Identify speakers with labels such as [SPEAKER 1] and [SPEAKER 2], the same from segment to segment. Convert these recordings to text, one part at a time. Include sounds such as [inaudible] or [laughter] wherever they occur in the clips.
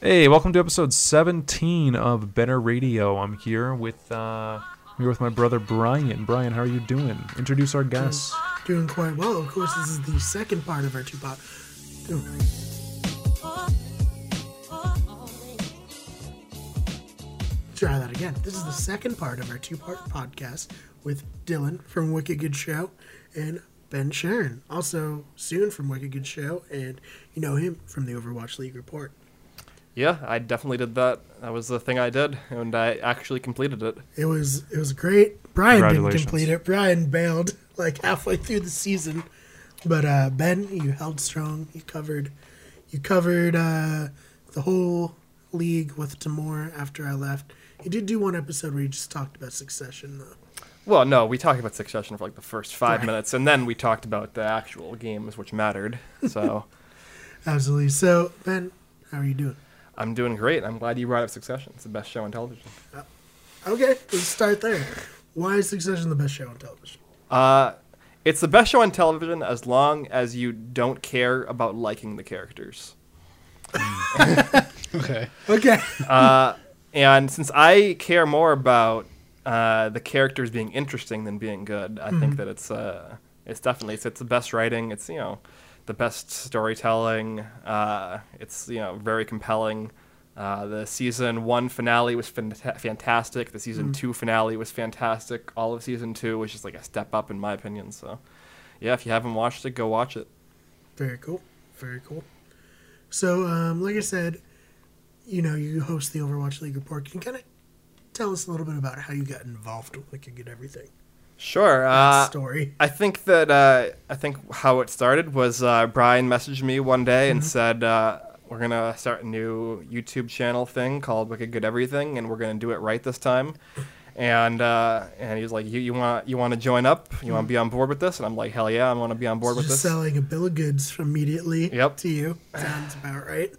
[SPEAKER 1] Hey, welcome to episode 17 of Better Radio. I'm here with uh, I'm here with my brother Brian. Brian, how are you doing? Introduce our guests.
[SPEAKER 2] Doing quite well. Of course, this is the second part of our two pot. Try that again. This is the second part of our two part podcast with Dylan from Wicked Good Show and Ben Sharon, also soon from Wicked Good Show, and you know him from the Overwatch League report.
[SPEAKER 3] Yeah, I definitely did that. That was the thing I did, and I actually completed it.
[SPEAKER 2] It was it was great. Brian didn't
[SPEAKER 1] Congratulations.
[SPEAKER 2] complete it. Brian bailed [laughs] like halfway through the season, but uh, Ben, you held strong. You covered, you covered uh, the whole league with Tamor after I left. You did do one episode where you just talked about Succession, though.
[SPEAKER 3] Well, no, we talked about Succession for like the first five minutes, and then we talked about the actual games, which mattered. So
[SPEAKER 2] Absolutely. So Ben, how are you doing?
[SPEAKER 3] I'm doing great. I'm glad you brought up Succession. It's the best show on television.
[SPEAKER 2] Okay, let's start there. Why is Succession the best show on television?
[SPEAKER 3] Uh, it's the best show on television as long as you don't care about liking the characters.
[SPEAKER 4] Okay.
[SPEAKER 2] Okay.
[SPEAKER 3] And since I care more about uh, the characters being interesting than being good, I think that it's uh, it's definitely it's, it's the best writing. It's you know the best storytelling. Uh, it's you know very compelling. Uh, the season one finale was fanta- fantastic. The season two finale was fantastic. All of season two was just like a step up in my opinion. So, yeah, if you haven't watched it, go watch it.
[SPEAKER 2] Very cool. Very cool. So, um, like I said, you know, you host the Overwatch League report. Can you kind of tell us a little bit about how you got involved with Wicked Good Everything?
[SPEAKER 3] Sure.
[SPEAKER 2] That
[SPEAKER 3] Uh,
[SPEAKER 2] story.
[SPEAKER 3] I think that uh, I think how it started was uh, Brian messaged me one day and said uh, we're gonna start a new YouTube channel thing called Wicked Good Everything, and we're gonna do it right this time. And uh, and he was like, you you want you want to join up? You want to be on board with this? And I'm like, hell yeah, I want to be on board with
[SPEAKER 2] Just
[SPEAKER 3] this.
[SPEAKER 2] selling a bill of goods immediately
[SPEAKER 3] Yep.
[SPEAKER 2] to you. Sounds about right.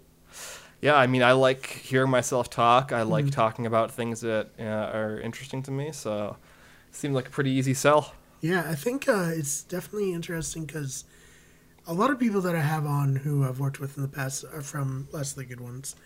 [SPEAKER 3] Yeah, I mean, I like hearing myself talk. I like talking about things that uh, are interesting to me. So, it seemed like a pretty easy sell.
[SPEAKER 2] Yeah, I think uh, it's definitely interesting because a lot of people that I have on who I've worked with in the past are from Last of the Good Ones.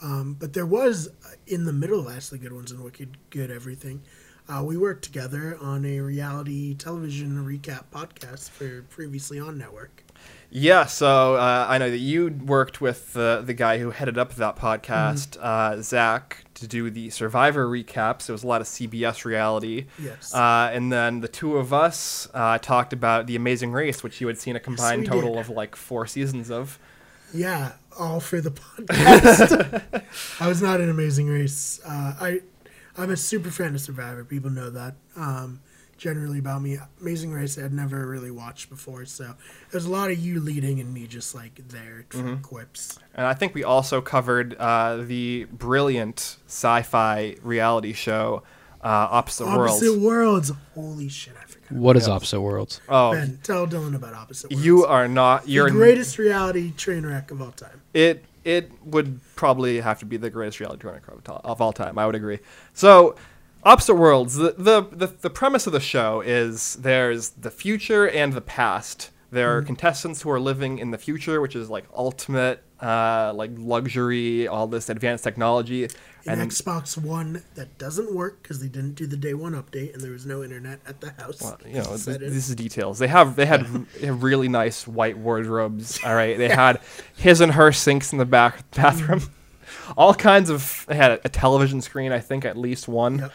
[SPEAKER 2] Um, but there was, uh, in the middle of Last of the Good Ones and Wicked Good Everything, uh, we worked together on a reality television recap podcast for Previously On Network.
[SPEAKER 3] Yeah, so uh, I know that you worked with uh, the guy who headed up that podcast,
[SPEAKER 2] Mm-hmm.
[SPEAKER 3] uh, Zach, to do the Survivor recaps. It was a lot of CBS reality.
[SPEAKER 2] Yes.
[SPEAKER 3] Uh, and then the two of us uh, talked about The Amazing Race, which you had seen a combined
[SPEAKER 2] we
[SPEAKER 3] total
[SPEAKER 2] did.
[SPEAKER 3] of like four seasons of.
[SPEAKER 2] Yeah, all for the podcast.
[SPEAKER 3] [laughs]
[SPEAKER 2] I was not an amazing race. Uh, I, I'm a super fan of Survivor. People know that. Um, generally about me, Amazing Race I'd never really watched before, so there's a lot of you leading and me just like there for
[SPEAKER 3] Mm-hmm.
[SPEAKER 2] quips.
[SPEAKER 3] And I think we also covered uh, the brilliant sci fi reality show, uh, Opposite,
[SPEAKER 2] Opposite
[SPEAKER 3] Worlds.
[SPEAKER 2] worlds. Holy shit, I forgot.
[SPEAKER 4] What is opposite worlds?
[SPEAKER 3] Oh,
[SPEAKER 2] Ben, tell Dylan about Opposite Worlds.
[SPEAKER 3] you are not. You're
[SPEAKER 2] the greatest reality train wreck of all time.
[SPEAKER 3] It it would probably have to be the greatest reality drama of to- of all time. I would agree. So, Opposite Worlds. The, the the the premise of the show is there's the future and the past. There are contestants who are living in the future, which is like ultimate, uh, like luxury, all this advanced technology,
[SPEAKER 2] An
[SPEAKER 3] and then-
[SPEAKER 2] Xbox One that doesn't work because they didn't do the day one update and there was no internet at the house.
[SPEAKER 3] Well, you know,
[SPEAKER 2] Set
[SPEAKER 3] th-
[SPEAKER 2] it.
[SPEAKER 3] this is details. They have they had r- they have really nice white wardrobes. All right, they had his and her sinks in the back bathroom. All kinds of they had a, a television screen, I think at least one,
[SPEAKER 2] Yep.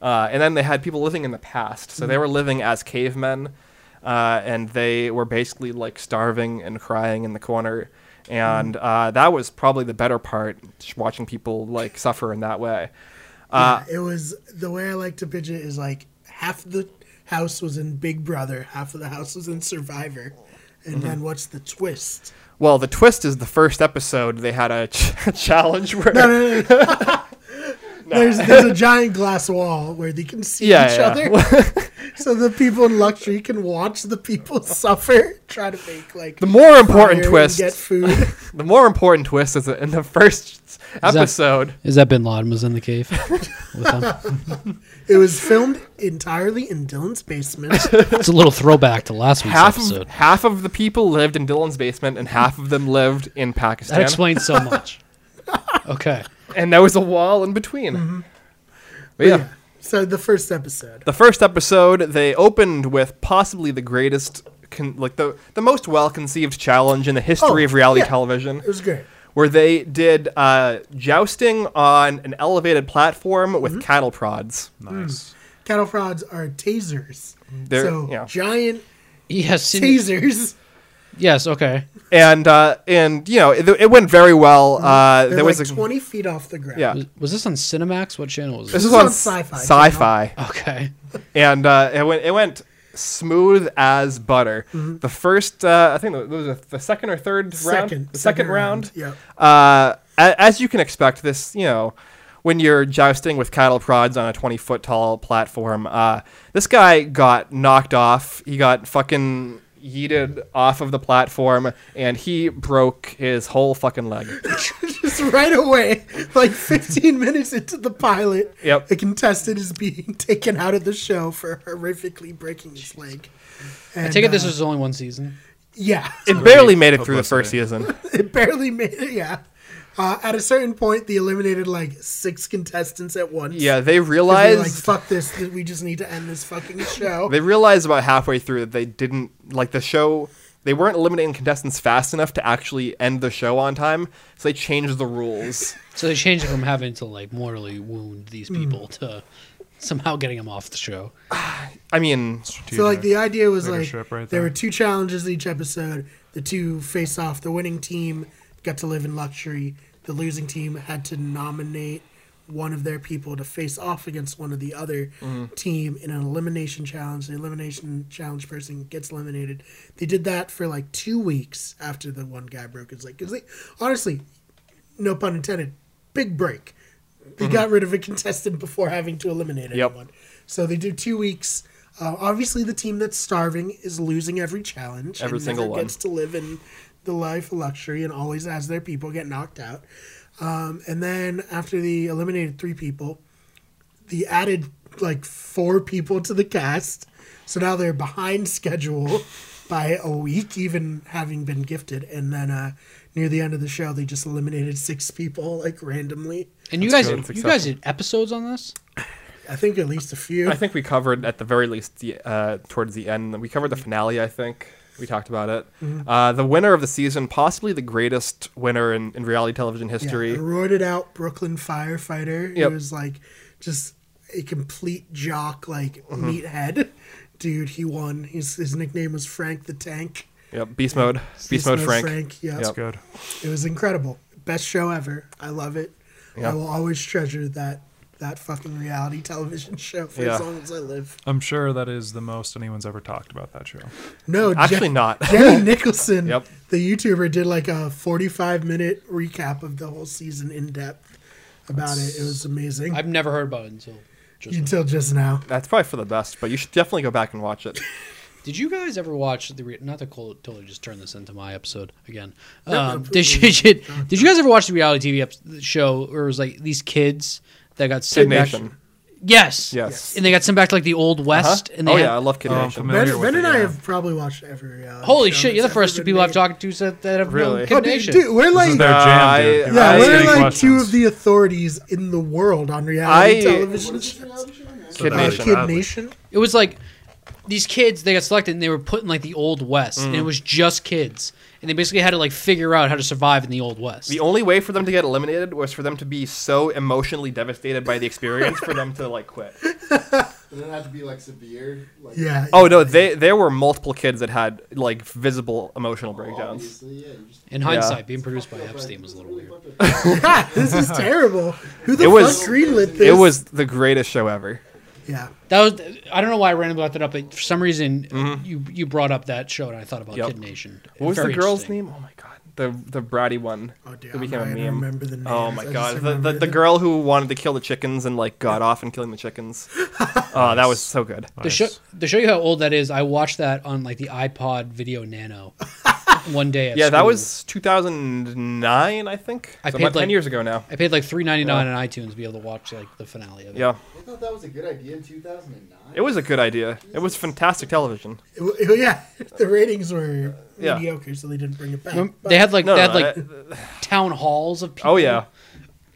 [SPEAKER 3] uh, and then they had people living in the past. So they were living as cavemen, uh, and they were basically like starving and crying in the corner. And uh, that was probably the better part, just watching people like suffer in that way. Uh,
[SPEAKER 2] Yeah, it was the way I like to picture it is like half the house was in Big Brother, half of the house was in Survivor, and
[SPEAKER 3] Mm-hmm.
[SPEAKER 2] then what's the twist?
[SPEAKER 3] Well, the twist is the first episode they had a ch- [laughs] challenge where
[SPEAKER 2] There's there's a giant glass wall where they can see
[SPEAKER 3] Yeah,
[SPEAKER 2] each
[SPEAKER 3] yeah.
[SPEAKER 2] other, [laughs] so the people in luxury can watch the people [laughs] suffer, try to make like
[SPEAKER 3] The more
[SPEAKER 2] fire
[SPEAKER 3] important
[SPEAKER 2] and
[SPEAKER 3] twist.
[SPEAKER 2] get food.
[SPEAKER 3] The more important twist is that in the first episode.
[SPEAKER 4] Is that Bin Laden was in the cave with them?
[SPEAKER 2] It was filmed entirely in Dylan's basement.
[SPEAKER 4] It's a little throwback to last week's
[SPEAKER 3] Half
[SPEAKER 4] episode.
[SPEAKER 3] of, half of the people lived in Dylan's basement, and half of them lived in Pakistan.
[SPEAKER 4] That explains so much. Okay.
[SPEAKER 3] and there was a wall in between.
[SPEAKER 2] Mm-hmm.
[SPEAKER 3] But [laughs] yeah.
[SPEAKER 2] So the first episode.
[SPEAKER 3] The first episode they opened with possibly the greatest, con- like the the most well conceived challenge in the history
[SPEAKER 2] Oh,
[SPEAKER 3] of reality
[SPEAKER 2] yeah.
[SPEAKER 3] television,
[SPEAKER 2] It was great.
[SPEAKER 3] where they did uh, jousting on an elevated platform
[SPEAKER 2] Mm-hmm.
[SPEAKER 3] with cattle prods.
[SPEAKER 2] Hmm.
[SPEAKER 1] Nice.
[SPEAKER 2] Cattle frauds are tasers.
[SPEAKER 3] They're-
[SPEAKER 2] so
[SPEAKER 3] yeah.
[SPEAKER 2] giant
[SPEAKER 4] Yes. in-
[SPEAKER 2] tasers.
[SPEAKER 4] yes. Okay.
[SPEAKER 3] and uh, and you know it, it went very well. Uh,
[SPEAKER 2] Mm-hmm. They're
[SPEAKER 3] there was
[SPEAKER 2] like
[SPEAKER 3] a,
[SPEAKER 2] 20 feet off the ground.
[SPEAKER 3] yeah.
[SPEAKER 4] Was, was this on Cinemax? What channel was
[SPEAKER 3] This
[SPEAKER 4] this?
[SPEAKER 3] is
[SPEAKER 2] was
[SPEAKER 3] on
[SPEAKER 2] on
[SPEAKER 3] sci-fi,
[SPEAKER 2] Sci-Fi,
[SPEAKER 3] sci-fi,
[SPEAKER 4] Okay.
[SPEAKER 3] and uh, it went it went smooth as butter.
[SPEAKER 2] Mm-hmm.
[SPEAKER 3] The first, uh, I think, it was the- the second or third round,
[SPEAKER 2] Second.
[SPEAKER 3] the second, round.
[SPEAKER 2] Yeah.
[SPEAKER 3] Uh, a- as you can expect, this you know, when you're jousting with cattle prods on a 20 foot tall platform, uh, this guy got knocked off. He got fucking yeeted off of the platform, and he broke his whole fucking leg.
[SPEAKER 2] [laughs] Just right away, like 15 [laughs] minutes into the pilot,
[SPEAKER 3] Yep.
[SPEAKER 2] a contestant is being [laughs] taken out of the show for horrifically breaking his leg.
[SPEAKER 4] I
[SPEAKER 2] And,
[SPEAKER 4] take it this
[SPEAKER 2] uh,
[SPEAKER 4] was only one season.
[SPEAKER 2] Yeah. [laughs]
[SPEAKER 3] It barely made it
[SPEAKER 1] Publicity.
[SPEAKER 3] through the first season.
[SPEAKER 2] it barely made it. Yeah. Uh, at a certain point, they eliminated like six contestants at once.
[SPEAKER 3] Yeah, they
[SPEAKER 2] 'Cause they were like,
[SPEAKER 3] realized
[SPEAKER 2] fuck this. th- We just need to end this fucking show.
[SPEAKER 3] they realized about halfway through that they didn't like the show. They weren't eliminating contestants fast enough to actually end the show on time, so they changed the rules.
[SPEAKER 4] So they changed it from having to like mortally wound these
[SPEAKER 3] Hmm.
[SPEAKER 4] people to somehow getting them off the show.
[SPEAKER 3] I mean,
[SPEAKER 2] so like the idea was like
[SPEAKER 1] Leadership right
[SPEAKER 2] there
[SPEAKER 1] there.
[SPEAKER 2] were two challenges each episode. The two face off. The winning team got to live in luxury. The losing team had to nominate one of their people to face off against one of the other team in an elimination challenge. The elimination challenge person gets eliminated. They did that for like two weeks after the one guy broke his leg. Because they honestly, no pun intended, big break. They got rid of a contestant before having to eliminate
[SPEAKER 3] Yep.
[SPEAKER 2] anyone. So they do two weeks. Uh, obviously, the team that's starving is losing every challenge.
[SPEAKER 3] Every
[SPEAKER 2] and
[SPEAKER 3] single
[SPEAKER 2] never
[SPEAKER 3] one.
[SPEAKER 2] gets to live in the life of luxury and always has their people get knocked out. Um, and then after they eliminated three people, they added like four people to the cast. So now they're behind schedule by a week, even having been gifted. And then uh, near the end of the show, they just eliminated six people like randomly.
[SPEAKER 4] And you
[SPEAKER 3] That's
[SPEAKER 4] guys,
[SPEAKER 3] good.
[SPEAKER 4] you guys did episodes on this.
[SPEAKER 2] I think at least a few.
[SPEAKER 3] I think we covered at the very least the, uh, towards the end. We covered the finale. I think we talked about it. Uh, the winner of the season, possibly the greatest winner in, in reality television history.
[SPEAKER 2] Yeah, a roided out Brooklyn firefighter.
[SPEAKER 3] Yep.
[SPEAKER 2] He was like just a complete jock, like
[SPEAKER 3] Mm-hmm.
[SPEAKER 2] meathead dude. He won. His his nickname was Frank the Tank.
[SPEAKER 3] Yep, beast mode, beast, mode, Frank.
[SPEAKER 2] yeah,
[SPEAKER 3] Yep.
[SPEAKER 1] Good.
[SPEAKER 2] it was incredible. Best show ever. I love it.
[SPEAKER 3] Yeah.
[SPEAKER 2] I will always treasure that that fucking reality television [laughs] show for
[SPEAKER 3] Yeah.
[SPEAKER 2] as long as I live.
[SPEAKER 1] I'm sure that is the most anyone's ever talked about that show.
[SPEAKER 2] No, Je-
[SPEAKER 3] Actually, [laughs] not.
[SPEAKER 2] Jenny Nicholson,
[SPEAKER 3] Yep.
[SPEAKER 2] the YouTuber, did like a 45 minute recap of the whole season in depth about it. It was amazing.
[SPEAKER 4] I've never heard about it until. Just now.
[SPEAKER 2] until just now.
[SPEAKER 3] That's probably for the best, but you should definitely go back and watch it.
[SPEAKER 4] Did you guys ever watch the re- not the cold totally just turn this into my episode again? Um, did, you, [laughs] did, did you guys ever watch the reality TV ep- show where it was like these kids that got
[SPEAKER 3] Kid
[SPEAKER 4] sent back?
[SPEAKER 3] Nation.
[SPEAKER 4] Yes,
[SPEAKER 3] Yes.
[SPEAKER 4] and they got sent back to like the old west.
[SPEAKER 3] Huh?
[SPEAKER 4] And they
[SPEAKER 3] Oh
[SPEAKER 4] had-
[SPEAKER 3] yeah, I love Kid
[SPEAKER 1] Oh, I'm
[SPEAKER 3] Nation.
[SPEAKER 1] familiar.
[SPEAKER 2] Ben,
[SPEAKER 1] with
[SPEAKER 2] ben
[SPEAKER 1] it,
[SPEAKER 2] and I
[SPEAKER 1] yeah.
[SPEAKER 2] have probably watched every reality.
[SPEAKER 4] holy
[SPEAKER 2] show
[SPEAKER 4] shit! You're the
[SPEAKER 2] that's
[SPEAKER 4] first
[SPEAKER 2] ever
[SPEAKER 4] two
[SPEAKER 2] been
[SPEAKER 4] people I've
[SPEAKER 2] made.
[SPEAKER 4] talked to that, that have
[SPEAKER 3] Really?
[SPEAKER 4] known
[SPEAKER 2] Oh,
[SPEAKER 4] Kid
[SPEAKER 2] dude,
[SPEAKER 4] Nation.
[SPEAKER 2] dude, we're
[SPEAKER 1] This is
[SPEAKER 2] like,
[SPEAKER 1] their
[SPEAKER 3] Uh,
[SPEAKER 1] jam, dude.
[SPEAKER 3] I-
[SPEAKER 1] Give
[SPEAKER 2] yeah,
[SPEAKER 1] us
[SPEAKER 2] we're
[SPEAKER 1] any
[SPEAKER 2] like two
[SPEAKER 1] questions.
[SPEAKER 2] of the authorities in the world on reality
[SPEAKER 3] I-
[SPEAKER 2] television. shows.
[SPEAKER 1] So that
[SPEAKER 3] Kid
[SPEAKER 1] was
[SPEAKER 3] Nation.
[SPEAKER 2] Kid
[SPEAKER 1] Adler.
[SPEAKER 2] Nation.
[SPEAKER 4] It was like these kids they got selected and they were put in like the old west, and it
[SPEAKER 3] Mm.
[SPEAKER 4] was just kids, and they basically had to like figure out how to survive in the old west.
[SPEAKER 3] The only way for them to get eliminated was for them to be so emotionally devastated by the experience for them to like
[SPEAKER 4] [laughs]
[SPEAKER 3] quit.
[SPEAKER 5] And then it had to be like severe. Like,
[SPEAKER 2] Yeah. [laughs]
[SPEAKER 3] Oh no, they there were multiple kids that had like visible emotional breakdowns.
[SPEAKER 5] Obviously, yeah. You just
[SPEAKER 4] in hindsight, being produced by Epstein was a little weird.
[SPEAKER 2] God, this
[SPEAKER 4] [laughs]
[SPEAKER 2] is terrible. Who the
[SPEAKER 3] It
[SPEAKER 2] fuck
[SPEAKER 3] was-
[SPEAKER 2] greenlit this?
[SPEAKER 3] It was the greatest show ever.
[SPEAKER 2] Yeah.
[SPEAKER 4] That was I don't know why I randomly brought that up, but for some reason you you brought up that show and I thought about
[SPEAKER 3] Mm-hmm. Yep.
[SPEAKER 4] Kid Nation.
[SPEAKER 3] What was
[SPEAKER 4] Very
[SPEAKER 3] the girl's
[SPEAKER 4] interesting.
[SPEAKER 3] name? Oh my god, the the bratty one.
[SPEAKER 2] Oh, dude,
[SPEAKER 3] who
[SPEAKER 2] I'm not gonna remember the
[SPEAKER 3] Oh
[SPEAKER 2] names.
[SPEAKER 3] my
[SPEAKER 2] I just
[SPEAKER 3] god, the, the,
[SPEAKER 2] remember
[SPEAKER 3] the
[SPEAKER 2] [laughs] the-
[SPEAKER 3] girl who wanted to kill the chickens and like got off and killing the
[SPEAKER 4] [laughs]
[SPEAKER 3] chickens. Oh, that was so good.
[SPEAKER 4] The show to show you how old that is, I watched that on like the iPod
[SPEAKER 3] [laughs]
[SPEAKER 4] Video Nano one day. At
[SPEAKER 3] Yeah, that
[SPEAKER 4] school.
[SPEAKER 3] was 2009, I think.
[SPEAKER 4] I
[SPEAKER 3] so
[SPEAKER 4] paid,
[SPEAKER 3] about 10
[SPEAKER 4] like-
[SPEAKER 3] years ago now.
[SPEAKER 4] I paid like three ninety nine on iTunes to be able to watch like the finale of it.
[SPEAKER 3] Yeah,
[SPEAKER 5] I thought that was a good idea in 2009.
[SPEAKER 3] it was a good idea. It was fantastic television.
[SPEAKER 2] It w- it- yeah, [laughs] the ratings were
[SPEAKER 3] Yeah.
[SPEAKER 2] mediocre, so they didn't bring it back.
[SPEAKER 4] Remember-
[SPEAKER 2] But
[SPEAKER 4] They had like
[SPEAKER 3] No,
[SPEAKER 4] they had
[SPEAKER 3] no,
[SPEAKER 4] like town halls of people.
[SPEAKER 3] Oh yeah,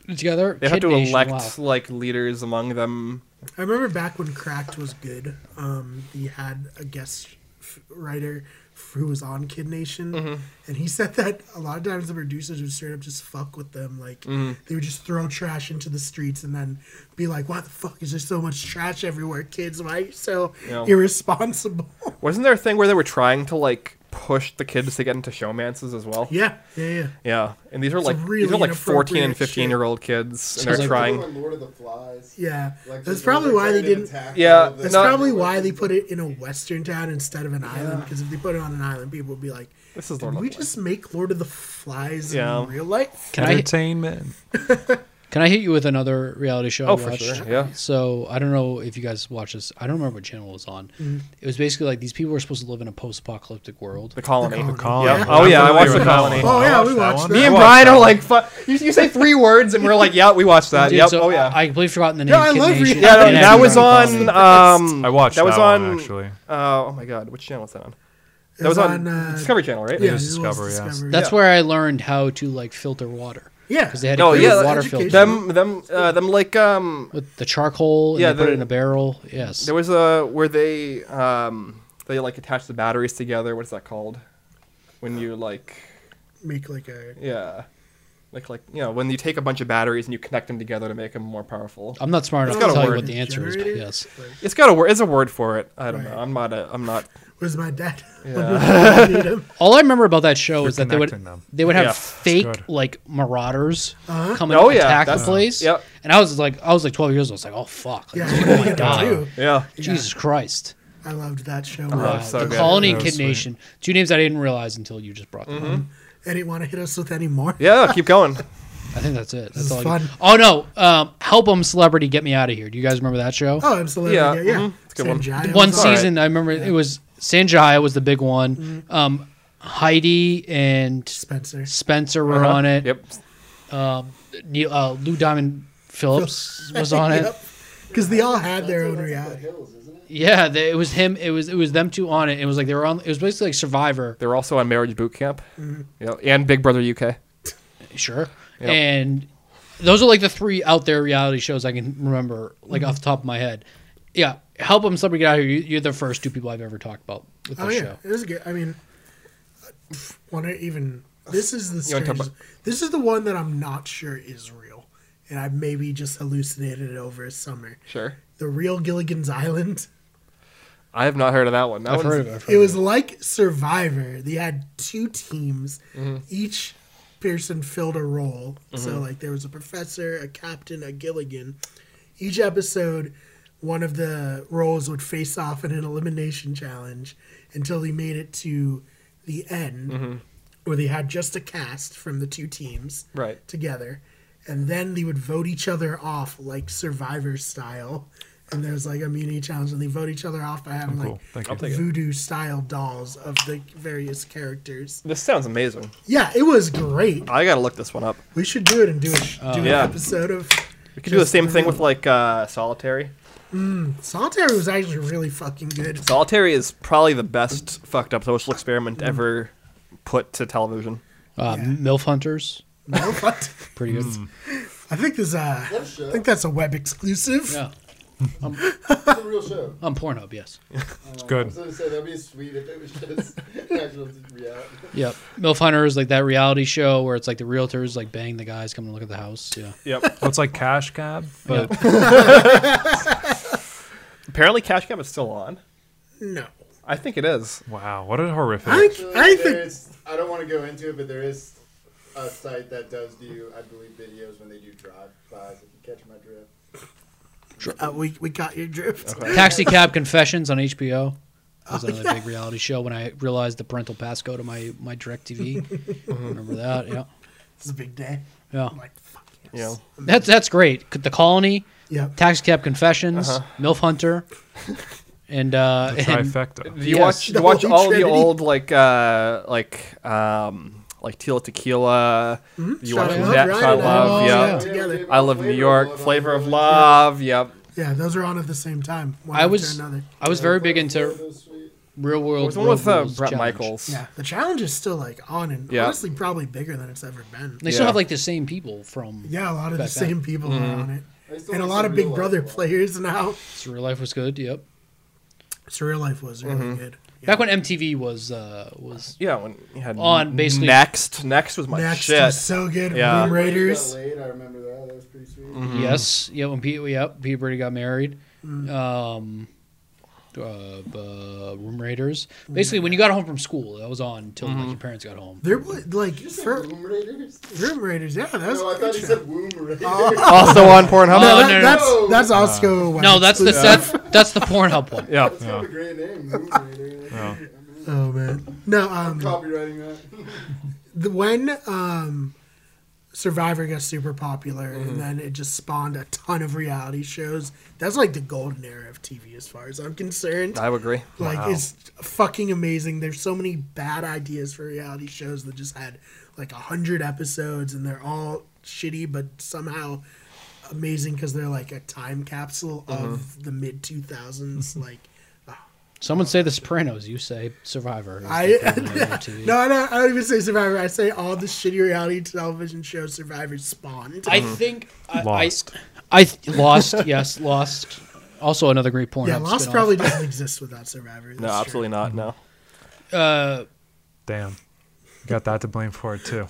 [SPEAKER 4] together.
[SPEAKER 3] They have
[SPEAKER 4] Kid
[SPEAKER 3] to
[SPEAKER 4] Nation,
[SPEAKER 3] elect
[SPEAKER 4] wow.
[SPEAKER 3] like leaders among them.
[SPEAKER 2] I remember back when Cracked was good. Um, he had a guest f- writer f- who was on Kid Nation, and he said that a lot of times the producers would straight up just fuck with them. Like they would just throw trash into the streets and then be like, "Why the fuck is there so much trash everywhere, kids? Why are you so
[SPEAKER 3] Yeah.
[SPEAKER 2] irresponsible?"
[SPEAKER 3] Wasn't there a thing where they were trying to like push the kids to get into showmances as well?
[SPEAKER 2] yeah, yeah, yeah.
[SPEAKER 3] Yeah, and these are like these
[SPEAKER 2] really
[SPEAKER 3] are like fourteen and
[SPEAKER 2] inappropriate shit.
[SPEAKER 3] fifteen year old kids, and
[SPEAKER 4] Sounds
[SPEAKER 3] they're
[SPEAKER 4] like-
[SPEAKER 3] trying.
[SPEAKER 5] On Lord of the Flies.
[SPEAKER 2] Yeah,
[SPEAKER 5] Like,
[SPEAKER 2] that's
[SPEAKER 5] just
[SPEAKER 2] probably
[SPEAKER 5] like
[SPEAKER 2] why they
[SPEAKER 5] going in
[SPEAKER 2] didn't.
[SPEAKER 5] attack
[SPEAKER 3] Yeah,
[SPEAKER 5] all of the-
[SPEAKER 2] That's
[SPEAKER 3] No,
[SPEAKER 2] probably why they put it in a western town instead of an island. Because if they put it on an island, people would be like,
[SPEAKER 3] This is
[SPEAKER 2] "Did
[SPEAKER 3] Lord of
[SPEAKER 2] we
[SPEAKER 3] the Flies.
[SPEAKER 2] just make Lord of the Flies
[SPEAKER 3] Yeah.
[SPEAKER 2] in real life?"
[SPEAKER 4] Can I
[SPEAKER 1] Entertainment.
[SPEAKER 4] can I hit you with another reality show? I
[SPEAKER 3] Oh, for
[SPEAKER 4] watched?
[SPEAKER 3] sure, yeah.
[SPEAKER 4] So I don't know if you guys watch this. I don't remember what channel it was on.
[SPEAKER 2] Mm-hmm.
[SPEAKER 4] It was basically like these people were supposed to live in a post-apocalyptic world.
[SPEAKER 3] The colony.
[SPEAKER 2] The Colony.
[SPEAKER 1] Colony.
[SPEAKER 3] Yeah. Oh, yeah, I watched The
[SPEAKER 1] I'm familiar with
[SPEAKER 3] Colony.
[SPEAKER 1] that one.
[SPEAKER 2] Oh, yeah,
[SPEAKER 1] I
[SPEAKER 2] we watched
[SPEAKER 1] one.
[SPEAKER 2] that.
[SPEAKER 3] Me and
[SPEAKER 1] I watched
[SPEAKER 3] Brian
[SPEAKER 1] that
[SPEAKER 3] are
[SPEAKER 1] one.
[SPEAKER 3] like, fu- you, you say three words, and we're like, yeah, we watched that.
[SPEAKER 4] Dude,
[SPEAKER 3] Yep.
[SPEAKER 4] so
[SPEAKER 3] oh yeah.
[SPEAKER 4] I, I completely forgotten the name.
[SPEAKER 3] yeah, I
[SPEAKER 4] Kid
[SPEAKER 3] love.
[SPEAKER 4] Nation.
[SPEAKER 3] yeah,
[SPEAKER 4] And
[SPEAKER 3] that
[SPEAKER 4] everyone
[SPEAKER 3] was
[SPEAKER 4] calls
[SPEAKER 3] on.
[SPEAKER 4] me.
[SPEAKER 3] Um,
[SPEAKER 1] I watched
[SPEAKER 3] that was on
[SPEAKER 1] actually.
[SPEAKER 3] Uh, oh my god, which channel was that on?
[SPEAKER 2] It
[SPEAKER 3] That was on,
[SPEAKER 2] uh,
[SPEAKER 3] Discovery Channel, right?
[SPEAKER 2] yeah,
[SPEAKER 1] was
[SPEAKER 2] it
[SPEAKER 1] Discovery, yeah.
[SPEAKER 3] uh,
[SPEAKER 4] That's
[SPEAKER 3] Yeah.
[SPEAKER 4] where I learned how to like filter water
[SPEAKER 2] yeah.
[SPEAKER 4] because they had a
[SPEAKER 3] Oh
[SPEAKER 4] oh,
[SPEAKER 3] yeah,
[SPEAKER 4] water
[SPEAKER 2] education.
[SPEAKER 4] filter
[SPEAKER 3] them them uh, them like um.
[SPEAKER 4] with the charcoal. And
[SPEAKER 3] Yeah,
[SPEAKER 4] yeah, they put
[SPEAKER 3] the-
[SPEAKER 4] it in a barrel. Yes,
[SPEAKER 3] There was a where they um they like attach the batteries together. What's that called? When you like
[SPEAKER 2] make like a
[SPEAKER 3] yeah, like like you know when you take a bunch of batteries and you connect them together to make them more powerful.
[SPEAKER 4] I'm not smart
[SPEAKER 3] It's
[SPEAKER 4] enough to
[SPEAKER 3] got a
[SPEAKER 4] tell you
[SPEAKER 3] word.
[SPEAKER 4] what the answer is, but
[SPEAKER 2] generator?
[SPEAKER 4] yes.
[SPEAKER 2] Like,
[SPEAKER 3] It's got a word. It's a word for it. I don't
[SPEAKER 2] Right.
[SPEAKER 3] know. I'm not a. I'm
[SPEAKER 4] [laughs]
[SPEAKER 3] not.
[SPEAKER 2] where's my dad? [laughs]
[SPEAKER 3] Yeah.
[SPEAKER 2] When we need
[SPEAKER 3] [laughs]
[SPEAKER 2] him.
[SPEAKER 4] All I remember about that show
[SPEAKER 1] You're
[SPEAKER 4] is that they would
[SPEAKER 1] connecting them.
[SPEAKER 4] they would have
[SPEAKER 3] Yeah.
[SPEAKER 1] Good.
[SPEAKER 4] fake like marauders
[SPEAKER 2] Uh-huh.
[SPEAKER 4] come and
[SPEAKER 3] Oh, yeah,
[SPEAKER 4] attack the
[SPEAKER 3] that's-
[SPEAKER 4] place.
[SPEAKER 3] yep.
[SPEAKER 4] And I was like, I was like 12 years old. I was like, oh fuck, like,
[SPEAKER 2] Yeah,
[SPEAKER 4] oh my
[SPEAKER 2] I
[SPEAKER 4] god,
[SPEAKER 2] do.
[SPEAKER 3] Yeah.
[SPEAKER 4] Jesus Christ,
[SPEAKER 2] I loved that show.
[SPEAKER 4] wow.
[SPEAKER 3] Oh, so
[SPEAKER 4] the
[SPEAKER 3] good.
[SPEAKER 4] Colony and
[SPEAKER 1] That
[SPEAKER 4] Kid
[SPEAKER 1] was sweet.
[SPEAKER 4] Nation, two names I didn't realize until you just brought them. up.
[SPEAKER 2] And didn't want to hit us with any more.
[SPEAKER 3] Yeah. Keep going.
[SPEAKER 4] I think that's it. That's
[SPEAKER 2] is
[SPEAKER 4] all. I
[SPEAKER 2] fun.
[SPEAKER 4] got. Oh no, um, help 'em celebrity, get me out of here. Do you guys remember that show?
[SPEAKER 2] [laughs] Oh, absolutely.
[SPEAKER 3] Yeah,
[SPEAKER 2] Yeah, yeah.
[SPEAKER 3] mhm. It's a good one.
[SPEAKER 2] Sanjaya
[SPEAKER 4] one
[SPEAKER 2] was on.
[SPEAKER 4] season I remember it was Sanjaya was the big one.
[SPEAKER 2] Mm-hmm.
[SPEAKER 4] Um, Heidi and
[SPEAKER 2] Spencer.
[SPEAKER 4] Spencer [laughs] were on it.
[SPEAKER 3] Uh-huh. Yep.
[SPEAKER 4] Um, Neil, uh, Lou Diamond Phillips was on
[SPEAKER 2] [laughs]
[SPEAKER 4] it.
[SPEAKER 2] Because they all had
[SPEAKER 5] That's
[SPEAKER 2] their
[SPEAKER 5] in
[SPEAKER 2] own
[SPEAKER 5] That's in the
[SPEAKER 2] reality.
[SPEAKER 5] Hills, isn't it?
[SPEAKER 4] Yeah, they, it was him. It was it was them two on it. It was like they were on. It was basically like Survivor,
[SPEAKER 3] They were also on Marriage Boot Camp.
[SPEAKER 4] Mm-hmm.
[SPEAKER 3] Yep. And Big Brother UK.
[SPEAKER 4] sure.
[SPEAKER 3] Yep.
[SPEAKER 4] And those are like the three out there reality shows I can remember like
[SPEAKER 2] Mm-hmm.
[SPEAKER 4] off the top of my head. Yeah, help them somebody get out of here. You- You're the first two people I've ever talked about with this
[SPEAKER 2] Oh yeah,
[SPEAKER 4] show.
[SPEAKER 2] it was good. I mean, want to even? This is the
[SPEAKER 3] You wanna talk
[SPEAKER 2] strangest, this is the one that I'm not sure is real, and I maybe just hallucinated it over a summer.
[SPEAKER 3] Sure.
[SPEAKER 2] The real Gilligan's Island.
[SPEAKER 3] I have not heard of that one. That
[SPEAKER 4] I've
[SPEAKER 3] one's-
[SPEAKER 4] heard of it. I've heard
[SPEAKER 2] It
[SPEAKER 4] of
[SPEAKER 2] was like Survivor. They had two teams.
[SPEAKER 4] Mm-hmm.
[SPEAKER 2] Each person filled a role. So like there was a professor, a captain, a Gilligan. Each episode, one of the roles would face off in an elimination challenge until they made it to the end,
[SPEAKER 4] Mm-hmm.
[SPEAKER 2] where they had just a cast from the two teams
[SPEAKER 3] Right.
[SPEAKER 2] together, and then they would vote each other off like Survivor style. And there was like a mini challenge, and they vote each other off by having like
[SPEAKER 1] Cool. Thank you.
[SPEAKER 3] take it.
[SPEAKER 2] voodoo style dolls of the various characters.
[SPEAKER 3] This sounds amazing.
[SPEAKER 2] Yeah, it was great.
[SPEAKER 3] I gotta look this one up.
[SPEAKER 2] We should do it and do, a, do
[SPEAKER 3] yeah.
[SPEAKER 2] an episode of.
[SPEAKER 3] We could do the same thing with like uh, Solitary.
[SPEAKER 2] Solitary was actually really fucking good.
[SPEAKER 3] Solitary is probably the best fucked up social experiment ever put to television.
[SPEAKER 4] it. Uh,
[SPEAKER 2] yeah.
[SPEAKER 4] Milf Hunters,
[SPEAKER 2] No, what?
[SPEAKER 4] pretty good.
[SPEAKER 2] I think there's a.
[SPEAKER 5] Is that a show?
[SPEAKER 2] I think that's a web exclusive.
[SPEAKER 4] Yeah,
[SPEAKER 5] That's a real show.
[SPEAKER 4] on Pornhub, yes.
[SPEAKER 1] It's
[SPEAKER 5] I
[SPEAKER 1] good.
[SPEAKER 5] was gonna say that'd be sweet if it was just [laughs] actual reality.
[SPEAKER 4] Yep. Milf Hunters, like that reality show where it's like the realtors like bang the guys come and look at the house. Yeah.
[SPEAKER 3] Yep.
[SPEAKER 1] Well, it's like Cash Cab, but
[SPEAKER 3] [laughs] Apparently, Cash Cab is still on.
[SPEAKER 2] No.
[SPEAKER 3] I think it is.
[SPEAKER 1] wow, what a horrific.
[SPEAKER 2] I think.
[SPEAKER 5] Actually,
[SPEAKER 2] I
[SPEAKER 5] there
[SPEAKER 2] think.
[SPEAKER 5] is- I don't want to go into it, but there is a site that does do, I believe, videos when they do drive-bys. If you catch my drift.
[SPEAKER 2] Uh, we we got your drift.
[SPEAKER 4] Taxi Cab Confessions on HBO. That was
[SPEAKER 2] Oh,
[SPEAKER 4] another
[SPEAKER 2] yeah.
[SPEAKER 4] big reality show when I realized the parental passcode of my
[SPEAKER 2] [laughs]
[SPEAKER 4] my DirecTV. Remember that? Yeah.
[SPEAKER 2] It's a big day.
[SPEAKER 4] Yeah.
[SPEAKER 2] I'm like fuck yes.
[SPEAKER 3] Yeah.
[SPEAKER 4] That's that's great. The Colony,
[SPEAKER 2] Yeah.
[SPEAKER 4] Taxi Cab Confessions,
[SPEAKER 3] Uh-huh.
[SPEAKER 4] Milf Hunter, and uh,
[SPEAKER 1] the
[SPEAKER 4] and
[SPEAKER 1] trifecta.
[SPEAKER 3] Do you
[SPEAKER 4] Yes.
[SPEAKER 3] watch? Do
[SPEAKER 2] The
[SPEAKER 3] you watch
[SPEAKER 2] Holy
[SPEAKER 3] all the
[SPEAKER 2] Trinity.
[SPEAKER 3] old like uh like um like Teal Tequila? Do you
[SPEAKER 2] Shot
[SPEAKER 3] watch
[SPEAKER 2] of Love,
[SPEAKER 3] that?
[SPEAKER 2] right?
[SPEAKER 3] Shot of
[SPEAKER 2] And
[SPEAKER 3] Love.
[SPEAKER 4] Oh,
[SPEAKER 3] yeah.
[SPEAKER 2] yeah. Together.
[SPEAKER 3] I love New York. Flavor of Love. Yep.
[SPEAKER 2] Yeah. Those are on at the same time. One
[SPEAKER 4] I
[SPEAKER 2] after
[SPEAKER 4] was
[SPEAKER 2] another.
[SPEAKER 4] I was very big into
[SPEAKER 5] Those sweet.
[SPEAKER 4] Real
[SPEAKER 3] It
[SPEAKER 4] world.
[SPEAKER 3] was the one
[SPEAKER 4] Road
[SPEAKER 3] with uh,
[SPEAKER 4] Rules
[SPEAKER 3] Brett
[SPEAKER 4] challenge.
[SPEAKER 3] Michaels.
[SPEAKER 2] Yeah, the challenge is still like on and
[SPEAKER 3] Yeah.
[SPEAKER 2] honestly probably bigger than it's ever been.
[SPEAKER 4] They still have
[SPEAKER 3] Yeah.
[SPEAKER 4] like the same people from.
[SPEAKER 2] Yeah, a lot of the
[SPEAKER 4] Back then.
[SPEAKER 2] same people are on it,
[SPEAKER 5] I still
[SPEAKER 2] and a
[SPEAKER 5] like
[SPEAKER 2] lot
[SPEAKER 5] the
[SPEAKER 2] of Big
[SPEAKER 5] real
[SPEAKER 2] Brother
[SPEAKER 5] life one.
[SPEAKER 2] players now.
[SPEAKER 4] Surreal Life was good. Yep.
[SPEAKER 2] Surreal Life was really
[SPEAKER 3] Mm-hmm.
[SPEAKER 2] good. Yeah.
[SPEAKER 4] Back when MTV was uh was
[SPEAKER 3] Yeah, when you had
[SPEAKER 4] On, basically-
[SPEAKER 3] next, next was my
[SPEAKER 2] Next
[SPEAKER 3] shit.
[SPEAKER 2] was so good.
[SPEAKER 3] Yeah.
[SPEAKER 2] Room Raiders.
[SPEAKER 5] Got laid, I remember that. That was pretty sweet.
[SPEAKER 3] Mm-hmm.
[SPEAKER 4] yes yeah when Pete yep Peter Brady got married.
[SPEAKER 3] Mm.
[SPEAKER 4] Um. Uh, uh, room raiders.
[SPEAKER 3] Mm.
[SPEAKER 4] Basically, when you got home from school, that was on until
[SPEAKER 3] Mm-hmm.
[SPEAKER 4] like your parents got home.
[SPEAKER 2] They're bl- like
[SPEAKER 5] Did you say
[SPEAKER 2] for
[SPEAKER 5] Womb Raiders?
[SPEAKER 2] Room Raiders. Yeah, that was.
[SPEAKER 5] No,
[SPEAKER 2] a
[SPEAKER 5] I thought
[SPEAKER 2] good
[SPEAKER 5] you
[SPEAKER 2] show.
[SPEAKER 5] said Womb Raiders. [laughs]
[SPEAKER 3] Also on Pornhub.
[SPEAKER 4] Oh,
[SPEAKER 2] no,
[SPEAKER 4] no, no,
[SPEAKER 2] that, that's
[SPEAKER 5] no.
[SPEAKER 2] that's also web
[SPEAKER 4] No, that's the
[SPEAKER 2] exclusive.
[SPEAKER 4] that's, that's the Pornhub one.
[SPEAKER 3] [laughs] yeah.
[SPEAKER 5] That's kind of a great name, Womb Raiders.
[SPEAKER 2] Oh man, no. Um,
[SPEAKER 5] Copywriting uh, that.
[SPEAKER 2] the, when um, Survivor got super popular,
[SPEAKER 3] Mm-hmm.
[SPEAKER 2] and then it just spawned a ton of reality shows. That's like the golden era of TV, as far as I'm concerned.
[SPEAKER 3] I would agree.
[SPEAKER 2] Like
[SPEAKER 1] Wow.
[SPEAKER 2] it's fucking amazing. There's so many bad ideas for reality shows that just had like a hundred episodes and they're all shitty, but somehow amazing because they're like a time capsule
[SPEAKER 3] Mm-hmm.
[SPEAKER 2] of the mid two
[SPEAKER 3] [laughs]
[SPEAKER 2] thousands. Like
[SPEAKER 4] Someone say The Sopranos. You say Survivor.
[SPEAKER 2] I [laughs]
[SPEAKER 4] no,
[SPEAKER 2] no, I don't, I don't even say Survivor. I say all the shitty reality television shows Survivor spawned.
[SPEAKER 4] I think I,
[SPEAKER 1] Lost.
[SPEAKER 4] I, I th- lost. Yes, lost. Also, another great Pornhub.
[SPEAKER 2] yeah, Lost
[SPEAKER 4] spinoff.
[SPEAKER 2] probably
[SPEAKER 3] [laughs]
[SPEAKER 2] doesn't exist without Survivor.
[SPEAKER 3] No, absolutely not. No.
[SPEAKER 4] Uh,
[SPEAKER 1] Damn. Got that to blame for it too.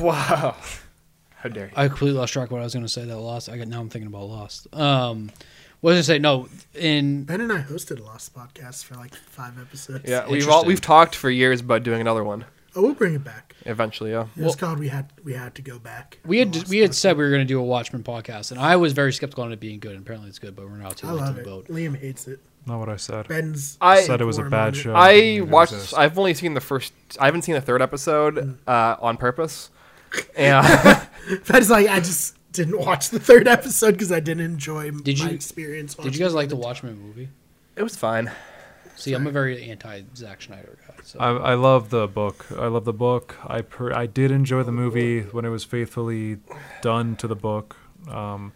[SPEAKER 3] Wow. How dare you?
[SPEAKER 4] I completely lost track of what I was going to say. That lost. I got now. I'm thinking about lost. Um, what was I say? No, in
[SPEAKER 2] Ben and I hosted a Lost podcast for like five episodes.
[SPEAKER 3] Yeah, we've all
[SPEAKER 4] Interesting.
[SPEAKER 3] we've talked for years about doing another one
[SPEAKER 2] Oh, we'll bring it back.
[SPEAKER 3] eventually. Yeah.
[SPEAKER 2] It was called "We Had We Had to Go Back."
[SPEAKER 4] we had
[SPEAKER 2] The Lost
[SPEAKER 4] we had
[SPEAKER 2] Podcast.
[SPEAKER 4] said we were going to do a Watchmen podcast, and I was very skeptical on it being good. And apparently, it's good, but we're not too
[SPEAKER 2] I
[SPEAKER 4] late to
[SPEAKER 2] love
[SPEAKER 4] the
[SPEAKER 2] it.
[SPEAKER 4] boat.
[SPEAKER 2] Liam hates it.
[SPEAKER 1] Not what I said.
[SPEAKER 2] Ben's
[SPEAKER 3] I-
[SPEAKER 1] said it was a
[SPEAKER 2] warm on
[SPEAKER 1] bad
[SPEAKER 2] it.
[SPEAKER 1] show. It
[SPEAKER 3] I
[SPEAKER 1] didn't
[SPEAKER 3] watched.
[SPEAKER 1] exist.
[SPEAKER 3] I've only seen the first. I haven't seen the third
[SPEAKER 1] Mm.
[SPEAKER 3] episode uh, on purpose. And [laughs]
[SPEAKER 2] [laughs] Ben's like, I just didn't watch the third episode because I didn't enjoy
[SPEAKER 4] Did
[SPEAKER 2] my
[SPEAKER 4] you-
[SPEAKER 2] experience.
[SPEAKER 4] Did you
[SPEAKER 2] watching
[SPEAKER 4] guys like the
[SPEAKER 2] it.
[SPEAKER 4] Watchmen movie?
[SPEAKER 3] it was fine.
[SPEAKER 4] See, I'm a very anti Zack Schneider guy. So.
[SPEAKER 1] I, I love the book. I love the book. I per, I did enjoy the movie when it was faithfully done to the book. Um,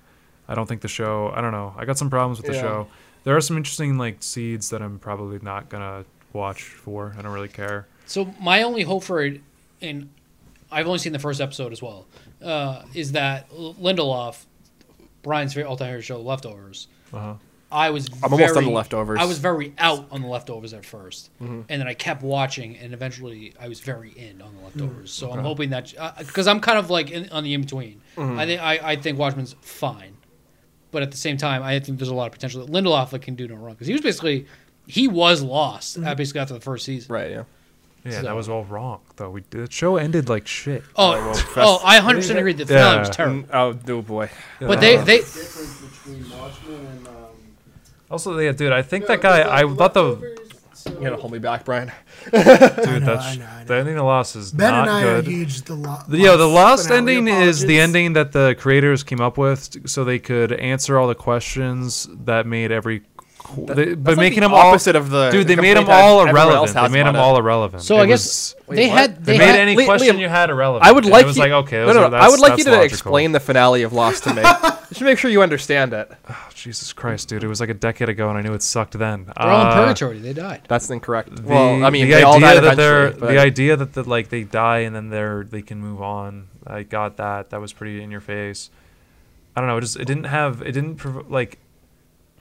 [SPEAKER 1] I don't think the show. I don't know. I got some problems with the
[SPEAKER 3] Yeah.
[SPEAKER 1] show. There are some interesting like seeds that I'm probably not gonna watch for. I don't really care.
[SPEAKER 4] So my only hope for it, and I've only seen the first episode as well, uh, is that L- Lindelof, Brian's favorite all-time show, Leftovers.
[SPEAKER 1] Uh-huh.
[SPEAKER 4] I was
[SPEAKER 3] I'm almost
[SPEAKER 4] very-
[SPEAKER 3] on The Leftovers. Mm-hmm.
[SPEAKER 4] I was very out on the leftovers at 1st and then I kept watching, and eventually I was very in on the leftovers. So I'm hoping that because I'm kind of like in, on the in between.
[SPEAKER 3] Mm-hmm.
[SPEAKER 4] I think I, I think Watchmen's fine, but at the same time, I think there's a lot of potential that Lindelof like, can do no wrong because he was basically he was lost
[SPEAKER 3] Mm-hmm.
[SPEAKER 4] uh, basically after the first season.
[SPEAKER 3] Right. Yeah.
[SPEAKER 1] Yeah,
[SPEAKER 4] So-
[SPEAKER 1] that was all wrong though. We the show ended like shit.
[SPEAKER 4] Oh,
[SPEAKER 3] well,
[SPEAKER 4] t-
[SPEAKER 3] that's-
[SPEAKER 4] oh, I 100 percent agree. The
[SPEAKER 1] Yeah.
[SPEAKER 4] finale was terrible,
[SPEAKER 3] Mm, Oh, oh boy.
[SPEAKER 4] but they they
[SPEAKER 5] The difference between Watchmen and. Um,
[SPEAKER 1] Also, yeah, dude. I think
[SPEAKER 5] no,
[SPEAKER 1] that guy.
[SPEAKER 5] because,
[SPEAKER 1] I
[SPEAKER 5] like,
[SPEAKER 1] thought the
[SPEAKER 5] Leftovers, so-
[SPEAKER 3] You gotta hold me back, Brian.
[SPEAKER 2] I
[SPEAKER 1] dude
[SPEAKER 2] know,
[SPEAKER 1] that's
[SPEAKER 2] I know, I know.
[SPEAKER 1] the ending of Lost is
[SPEAKER 2] Ben
[SPEAKER 1] not
[SPEAKER 2] and I
[SPEAKER 1] good.
[SPEAKER 2] are huge. The lo-
[SPEAKER 1] The- Yo, the Lost
[SPEAKER 2] finale
[SPEAKER 1] ending is the
[SPEAKER 2] apologists.
[SPEAKER 1] ending that the creators came up with t- so they could answer all the questions that made every. qu- they, but
[SPEAKER 3] That's like
[SPEAKER 1] making
[SPEAKER 3] the
[SPEAKER 1] them all
[SPEAKER 3] opposite of the
[SPEAKER 1] dude, they
[SPEAKER 3] the
[SPEAKER 1] made them
[SPEAKER 3] complaint that
[SPEAKER 1] all
[SPEAKER 3] everyone
[SPEAKER 1] irrelevant.
[SPEAKER 3] else
[SPEAKER 1] They
[SPEAKER 3] has
[SPEAKER 1] made
[SPEAKER 3] about
[SPEAKER 1] them
[SPEAKER 3] it.
[SPEAKER 1] all irrelevant.
[SPEAKER 4] So
[SPEAKER 1] It
[SPEAKER 4] I guess
[SPEAKER 1] was-
[SPEAKER 4] they
[SPEAKER 3] what?
[SPEAKER 4] had
[SPEAKER 1] they,
[SPEAKER 4] they,
[SPEAKER 1] made
[SPEAKER 4] had,
[SPEAKER 1] any
[SPEAKER 3] Li-
[SPEAKER 1] question
[SPEAKER 3] Liam,
[SPEAKER 1] you had irrelevant.
[SPEAKER 3] I would
[SPEAKER 1] And
[SPEAKER 3] like
[SPEAKER 1] it was
[SPEAKER 3] you
[SPEAKER 1] like okay.
[SPEAKER 3] no,
[SPEAKER 1] those
[SPEAKER 3] no,
[SPEAKER 1] are-
[SPEAKER 3] no, I
[SPEAKER 1] that's-
[SPEAKER 3] would like
[SPEAKER 1] that's
[SPEAKER 3] you to
[SPEAKER 1] logical.
[SPEAKER 3] explain the finale of
[SPEAKER 1] [laughs]
[SPEAKER 3] Lost to me. Just make sure you understand it.
[SPEAKER 1] Oh, Jesus Christ, dude! It was like a decade ago, and I knew it sucked then.
[SPEAKER 4] they're all in
[SPEAKER 1] Uh,
[SPEAKER 4] purgatory. They died.
[SPEAKER 3] That's incorrect.
[SPEAKER 1] The,
[SPEAKER 3] well, I mean,
[SPEAKER 1] the
[SPEAKER 3] they
[SPEAKER 1] idea
[SPEAKER 3] all died
[SPEAKER 1] that they're
[SPEAKER 3] eventually,
[SPEAKER 1] the
[SPEAKER 3] but-
[SPEAKER 1] idea that the, like they die and then they're they can move on. I got that. That was pretty in your face. I don't know. It just it didn't have it didn't prov- like.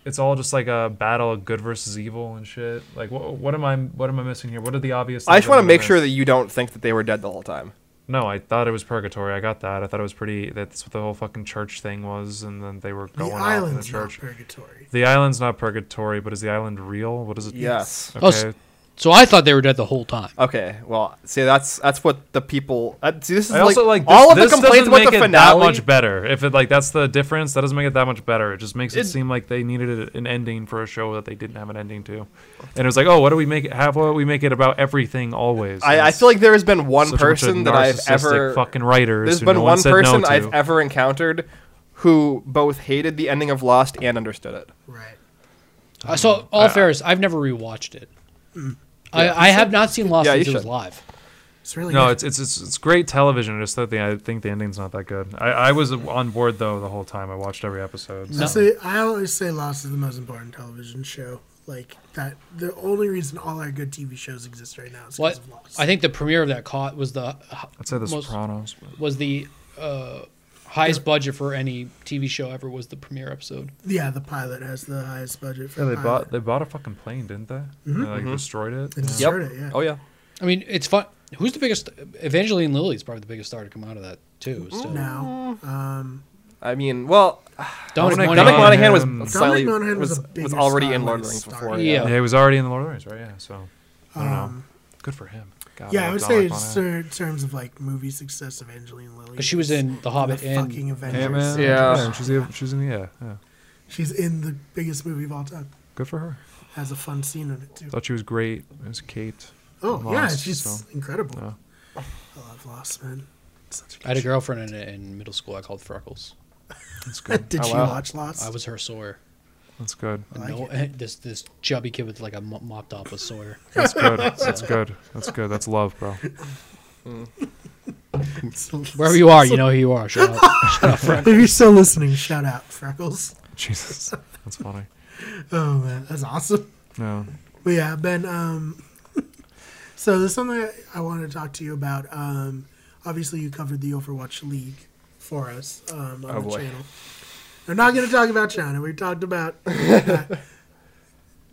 [SPEAKER 1] It's all just like a battle of good versus evil and shit. Like what what am I what am I missing here? What are the obvious?
[SPEAKER 3] I
[SPEAKER 1] things
[SPEAKER 3] just
[SPEAKER 1] I'm
[SPEAKER 3] want to
[SPEAKER 1] gonna
[SPEAKER 3] make sure
[SPEAKER 1] miss?
[SPEAKER 3] that you don't think that they were dead the whole time.
[SPEAKER 1] No, I thought it was purgatory. I got that. I thought it was pretty. That's what the whole fucking church thing was, and then they were going
[SPEAKER 2] The
[SPEAKER 1] off in the
[SPEAKER 2] island's not
[SPEAKER 1] church.
[SPEAKER 2] purgatory.
[SPEAKER 1] the island's not purgatory, but is the island real? What is it?
[SPEAKER 3] Yes.
[SPEAKER 1] Okay.
[SPEAKER 4] Oh, s- So I thought they were dead the whole time.
[SPEAKER 3] Okay. Well, see, that's that's what the people. Uh, see, this is
[SPEAKER 1] I
[SPEAKER 3] like,
[SPEAKER 1] also like this,
[SPEAKER 3] all of the
[SPEAKER 1] this
[SPEAKER 3] complaints
[SPEAKER 1] doesn't
[SPEAKER 3] about
[SPEAKER 1] make
[SPEAKER 3] the
[SPEAKER 1] it
[SPEAKER 3] finale.
[SPEAKER 1] that much better. If it like that's the difference, that doesn't make it that much better. It just makes it,
[SPEAKER 3] It-
[SPEAKER 1] seem like they needed a- an ending for a show that they didn't have an ending to, and it was like, oh, what do we make it? Have what we make it about everything always?
[SPEAKER 3] I,
[SPEAKER 1] And
[SPEAKER 3] I
[SPEAKER 1] it's
[SPEAKER 3] feel like there has been one
[SPEAKER 1] such a bunch of
[SPEAKER 3] person that I've
[SPEAKER 1] narcissistic
[SPEAKER 3] ever.
[SPEAKER 1] fucking writers.
[SPEAKER 3] There's
[SPEAKER 1] who
[SPEAKER 3] been
[SPEAKER 1] no
[SPEAKER 3] one
[SPEAKER 1] said
[SPEAKER 3] person
[SPEAKER 1] no to.
[SPEAKER 3] I've ever encountered who both hated the ending of Lost and understood it.
[SPEAKER 2] Right.
[SPEAKER 1] Oh.
[SPEAKER 4] Uh, so all fairness, I've never rewatched it.
[SPEAKER 1] Mm.
[SPEAKER 4] I, I have not seen Lost
[SPEAKER 3] Yeah, you
[SPEAKER 4] since it was
[SPEAKER 3] should.
[SPEAKER 4] live.
[SPEAKER 2] It's really
[SPEAKER 1] No,
[SPEAKER 2] good.
[SPEAKER 1] it's, it's it's it's great television. I just thought the I think the ending's not that good. I, I was on board though the whole time. I watched every episode. so-
[SPEAKER 2] I say I always say Lost is the most important television show. Like that. The only reason all our good TV shows exist right now is because
[SPEAKER 4] What
[SPEAKER 2] of Lost.
[SPEAKER 4] I think the premiere of that caught was the
[SPEAKER 1] I'd say The
[SPEAKER 4] most-
[SPEAKER 1] Sopranos. but-
[SPEAKER 4] was the uh, highest budget for any TV show ever was the premiere episode.
[SPEAKER 2] yeah, the pilot has the highest budget. For
[SPEAKER 1] Yeah, they
[SPEAKER 2] pilot.
[SPEAKER 1] bought they bought a fucking plane, didn't they? And they like
[SPEAKER 3] Mm-hmm.
[SPEAKER 1] destroyed it.
[SPEAKER 2] They
[SPEAKER 1] Yeah.
[SPEAKER 2] destroyed Heard it, yeah.
[SPEAKER 3] Oh yeah.
[SPEAKER 4] I mean, it's fun. Who's the biggest? Evangeline Lilly is probably the biggest star to come out of that too. So.
[SPEAKER 2] now.
[SPEAKER 4] Mm.
[SPEAKER 2] Um,
[SPEAKER 3] I mean, well,
[SPEAKER 1] Dominic
[SPEAKER 4] Dominic Monaghan.
[SPEAKER 3] Dominic Monaghan was
[SPEAKER 1] Dominic
[SPEAKER 3] slightly,
[SPEAKER 2] Monaghan was
[SPEAKER 3] was,
[SPEAKER 2] a
[SPEAKER 3] was
[SPEAKER 2] bigger
[SPEAKER 3] already
[SPEAKER 2] star
[SPEAKER 3] in
[SPEAKER 2] when
[SPEAKER 3] Lord
[SPEAKER 2] it
[SPEAKER 3] of the Rings
[SPEAKER 2] started.
[SPEAKER 3] before.
[SPEAKER 4] Yeah.
[SPEAKER 1] Yeah, he was already in the Lord of the Rings, right? Yeah, so I don't know.
[SPEAKER 2] Um,
[SPEAKER 1] Good for him. God,
[SPEAKER 2] yeah, I
[SPEAKER 1] love
[SPEAKER 2] would say
[SPEAKER 1] Dominic
[SPEAKER 2] in
[SPEAKER 1] Monaghan.
[SPEAKER 2] cer- terms of like movie success, Evangeline Lilly.
[SPEAKER 4] 'Cause she was
[SPEAKER 2] is
[SPEAKER 4] in The Hobbit
[SPEAKER 2] the
[SPEAKER 4] and-
[SPEAKER 2] fucking Avengers.
[SPEAKER 1] Ant Man.
[SPEAKER 3] Yeah.
[SPEAKER 1] she's the, she's in the yeah, yeah.
[SPEAKER 2] She's in the biggest movie of all time.
[SPEAKER 1] Good for her.
[SPEAKER 2] Has a fun scene in it too.
[SPEAKER 1] Thought she was great. As Kate.
[SPEAKER 2] Oh
[SPEAKER 1] in
[SPEAKER 2] yeah,
[SPEAKER 1] Lost,
[SPEAKER 2] she's
[SPEAKER 1] so,
[SPEAKER 2] incredible.
[SPEAKER 1] yeah.
[SPEAKER 2] I love Lost Man. Such a
[SPEAKER 4] I had a
[SPEAKER 2] good
[SPEAKER 4] girlfriend in, in middle school. I called Freckles.
[SPEAKER 1] That's
[SPEAKER 2] show. [laughs]
[SPEAKER 1] good.
[SPEAKER 2] Did
[SPEAKER 3] Oh,
[SPEAKER 2] she
[SPEAKER 3] wow.
[SPEAKER 2] watch Lost? [laughs]
[SPEAKER 4] I was her Sawyer.
[SPEAKER 1] That's good.
[SPEAKER 2] I like
[SPEAKER 4] no, [laughs] this this chubby kid with like a mo- mopped up
[SPEAKER 2] [laughs]
[SPEAKER 4] was Sawyer.
[SPEAKER 1] That's good. That's good. That's good. That's love, bro. [laughs]
[SPEAKER 4] [laughs] Wherever you are, you know who you are. Shut
[SPEAKER 2] [laughs]
[SPEAKER 4] up.
[SPEAKER 2] if you're still listening, shout out Freckles.
[SPEAKER 1] Jesus, that's funny.
[SPEAKER 2] Oh man, that's awesome.
[SPEAKER 1] No,
[SPEAKER 2] But yeah, Ben. Um, [laughs] so there's something I wanted to talk to you about. Um, obviously, you covered the Overwatch League for us um, on
[SPEAKER 3] Oh,
[SPEAKER 2] the
[SPEAKER 3] boy.
[SPEAKER 2] channel. We're not going to talk about China. We talked about
[SPEAKER 3] [laughs]
[SPEAKER 2] uh,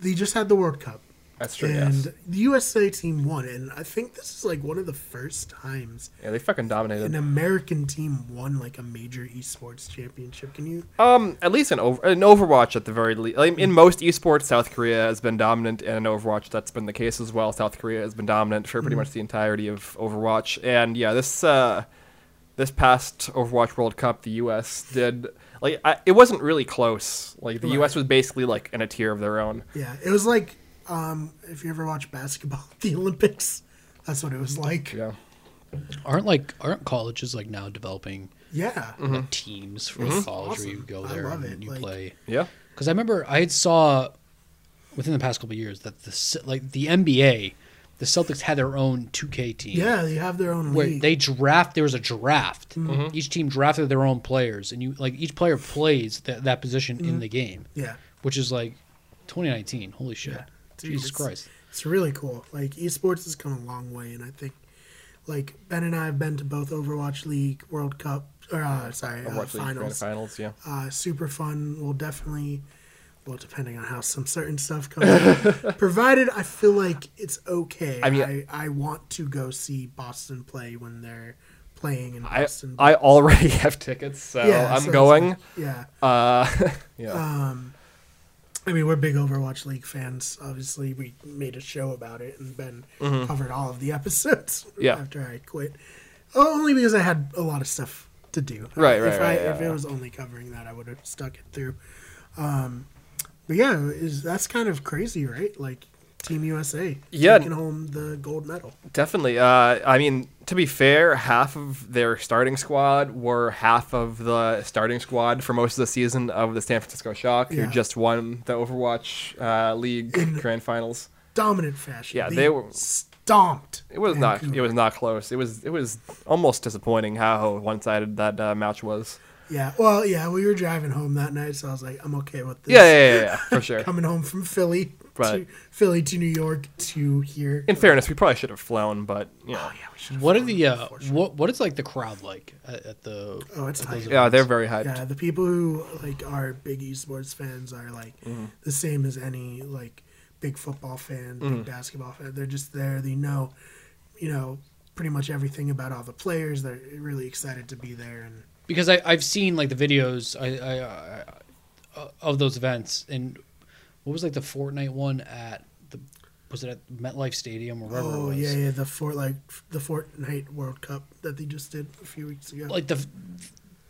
[SPEAKER 2] they just had the World Cup,
[SPEAKER 3] That's true.
[SPEAKER 2] and
[SPEAKER 3] yes.
[SPEAKER 2] the USA team won. And I think this is like one of the first times
[SPEAKER 3] Yeah, they fucking dominated.
[SPEAKER 2] an American team won like a major esports championship. Can you?
[SPEAKER 3] Um, at least in over in Overwatch at the very least. Like,
[SPEAKER 2] Mm.
[SPEAKER 3] in most esports, South Korea has been dominant, and in Overwatch, that's been the case as well. South Korea has been dominant for pretty
[SPEAKER 2] Mm-hmm.
[SPEAKER 3] much the entirety of Overwatch, and yeah, this uh, this past Overwatch World Cup, the U.S. did like I, it wasn't really close. Like the U.S. was basically like in a tier of their own.
[SPEAKER 2] Yeah, it was like um, if you ever watch basketball at the [laughs] Olympics. That's what it was like.
[SPEAKER 3] Yeah,
[SPEAKER 4] aren't like aren't colleges like now developing
[SPEAKER 2] Yeah.
[SPEAKER 3] Mm-hmm.
[SPEAKER 4] like teams for college where you
[SPEAKER 2] Awesome.
[SPEAKER 4] go
[SPEAKER 2] I
[SPEAKER 4] there
[SPEAKER 2] love
[SPEAKER 4] and
[SPEAKER 2] it,
[SPEAKER 4] you
[SPEAKER 2] like-
[SPEAKER 4] play?
[SPEAKER 3] yeah,
[SPEAKER 4] Because I remember I had saw within the past couple of years that the Ce- like the NBA, the Celtics had their own 2K team.
[SPEAKER 2] Yeah, Mm-hmm. they have their own
[SPEAKER 4] Where
[SPEAKER 2] league.
[SPEAKER 4] they draft, there was a draft. Each team drafted their own players, and you like each player plays that that position
[SPEAKER 2] Mm-hmm.
[SPEAKER 4] in the game,
[SPEAKER 2] yeah.
[SPEAKER 4] which is like 2019. Holy shit!
[SPEAKER 2] Dude,
[SPEAKER 4] Jesus
[SPEAKER 2] it's-
[SPEAKER 4] Christ!
[SPEAKER 2] It's really cool. Like esports has come a long way and I think like Ben and I have been to both Overwatch League World Cup or uh, sorry, uh,
[SPEAKER 3] Overwatch League Grand
[SPEAKER 2] finals.
[SPEAKER 3] Finals. Yeah,
[SPEAKER 2] Uh, super fun. We'll definitely well depending on how some certain
[SPEAKER 3] [laughs]
[SPEAKER 2] stuff comes out. Provided I feel like it's okay. I
[SPEAKER 3] mean-
[SPEAKER 2] I, want to go see Boston play when they're playing in
[SPEAKER 3] I
[SPEAKER 2] Boston.
[SPEAKER 3] I already [laughs] have tickets, so
[SPEAKER 2] Yeah,
[SPEAKER 3] I'm
[SPEAKER 2] so it's
[SPEAKER 3] going.
[SPEAKER 2] like- yeah.
[SPEAKER 3] Uh, [laughs] yeah.
[SPEAKER 2] I mean, we're big Overwatch League fans. Obviously, we made a show about it, and Ben covered all of the episodes [laughs]
[SPEAKER 3] Mm-hmm. Yeah.
[SPEAKER 2] after I quit. Oh, only because I had a lot of stuff to do. Uh,
[SPEAKER 3] Right, right,
[SPEAKER 2] if I,
[SPEAKER 3] right,
[SPEAKER 2] if
[SPEAKER 3] yeah,
[SPEAKER 2] it was only covering that, I would have stuck it through. Um, but yeah, is that's kind of crazy, right? Like Team USA
[SPEAKER 3] Yeah.
[SPEAKER 2] taking home the gold medal.
[SPEAKER 3] Definitely. Uh, I mean, to be fair, half of their starting squad were half of the starting squad for most of the season of the San Francisco Shock,
[SPEAKER 2] Yeah.
[SPEAKER 3] who just won the Overwatch uh, League
[SPEAKER 2] In-
[SPEAKER 3] Grand Finals.
[SPEAKER 2] Dominant fashion.
[SPEAKER 3] Yeah, they were-
[SPEAKER 2] stomped.
[SPEAKER 3] It was not. It
[SPEAKER 2] Vancouver.
[SPEAKER 3] was not close. It was. It was almost disappointing how one-sided that uh, match was.
[SPEAKER 2] Yeah. Well, yeah, we were driving home that night, so I was like, I'm okay with this.
[SPEAKER 3] Yeah, yeah, yeah, yeah for sure.
[SPEAKER 2] coming home from Philly
[SPEAKER 3] Right.
[SPEAKER 2] to Philly to New York to here.
[SPEAKER 3] In fairness, we probably should have flown, but you know,
[SPEAKER 2] yeah, we should.
[SPEAKER 4] What are the uh, what what is like the crowd like at, at the?
[SPEAKER 2] Oh, it's
[SPEAKER 4] at those
[SPEAKER 2] hype.
[SPEAKER 3] yeah, they're
[SPEAKER 4] events?
[SPEAKER 3] very hyped.
[SPEAKER 2] Yeah, the people who like are big esports fans are like
[SPEAKER 4] Mm-hmm.
[SPEAKER 2] the same as any like big football fan,
[SPEAKER 4] Mm-hmm.
[SPEAKER 2] big basketball fan. They're just there. They know, you know, pretty much everything about all the players. They're really excited to be there. And
[SPEAKER 4] because I I've seen like the videos I, I, I uh, of those events and what was like the Fortnite one at the was it at MetLife Stadium or wherever
[SPEAKER 2] oh
[SPEAKER 4] it was
[SPEAKER 2] yeah, yeah, the Fort like the Fortnite World Cup that they just did a few weeks ago.
[SPEAKER 4] like the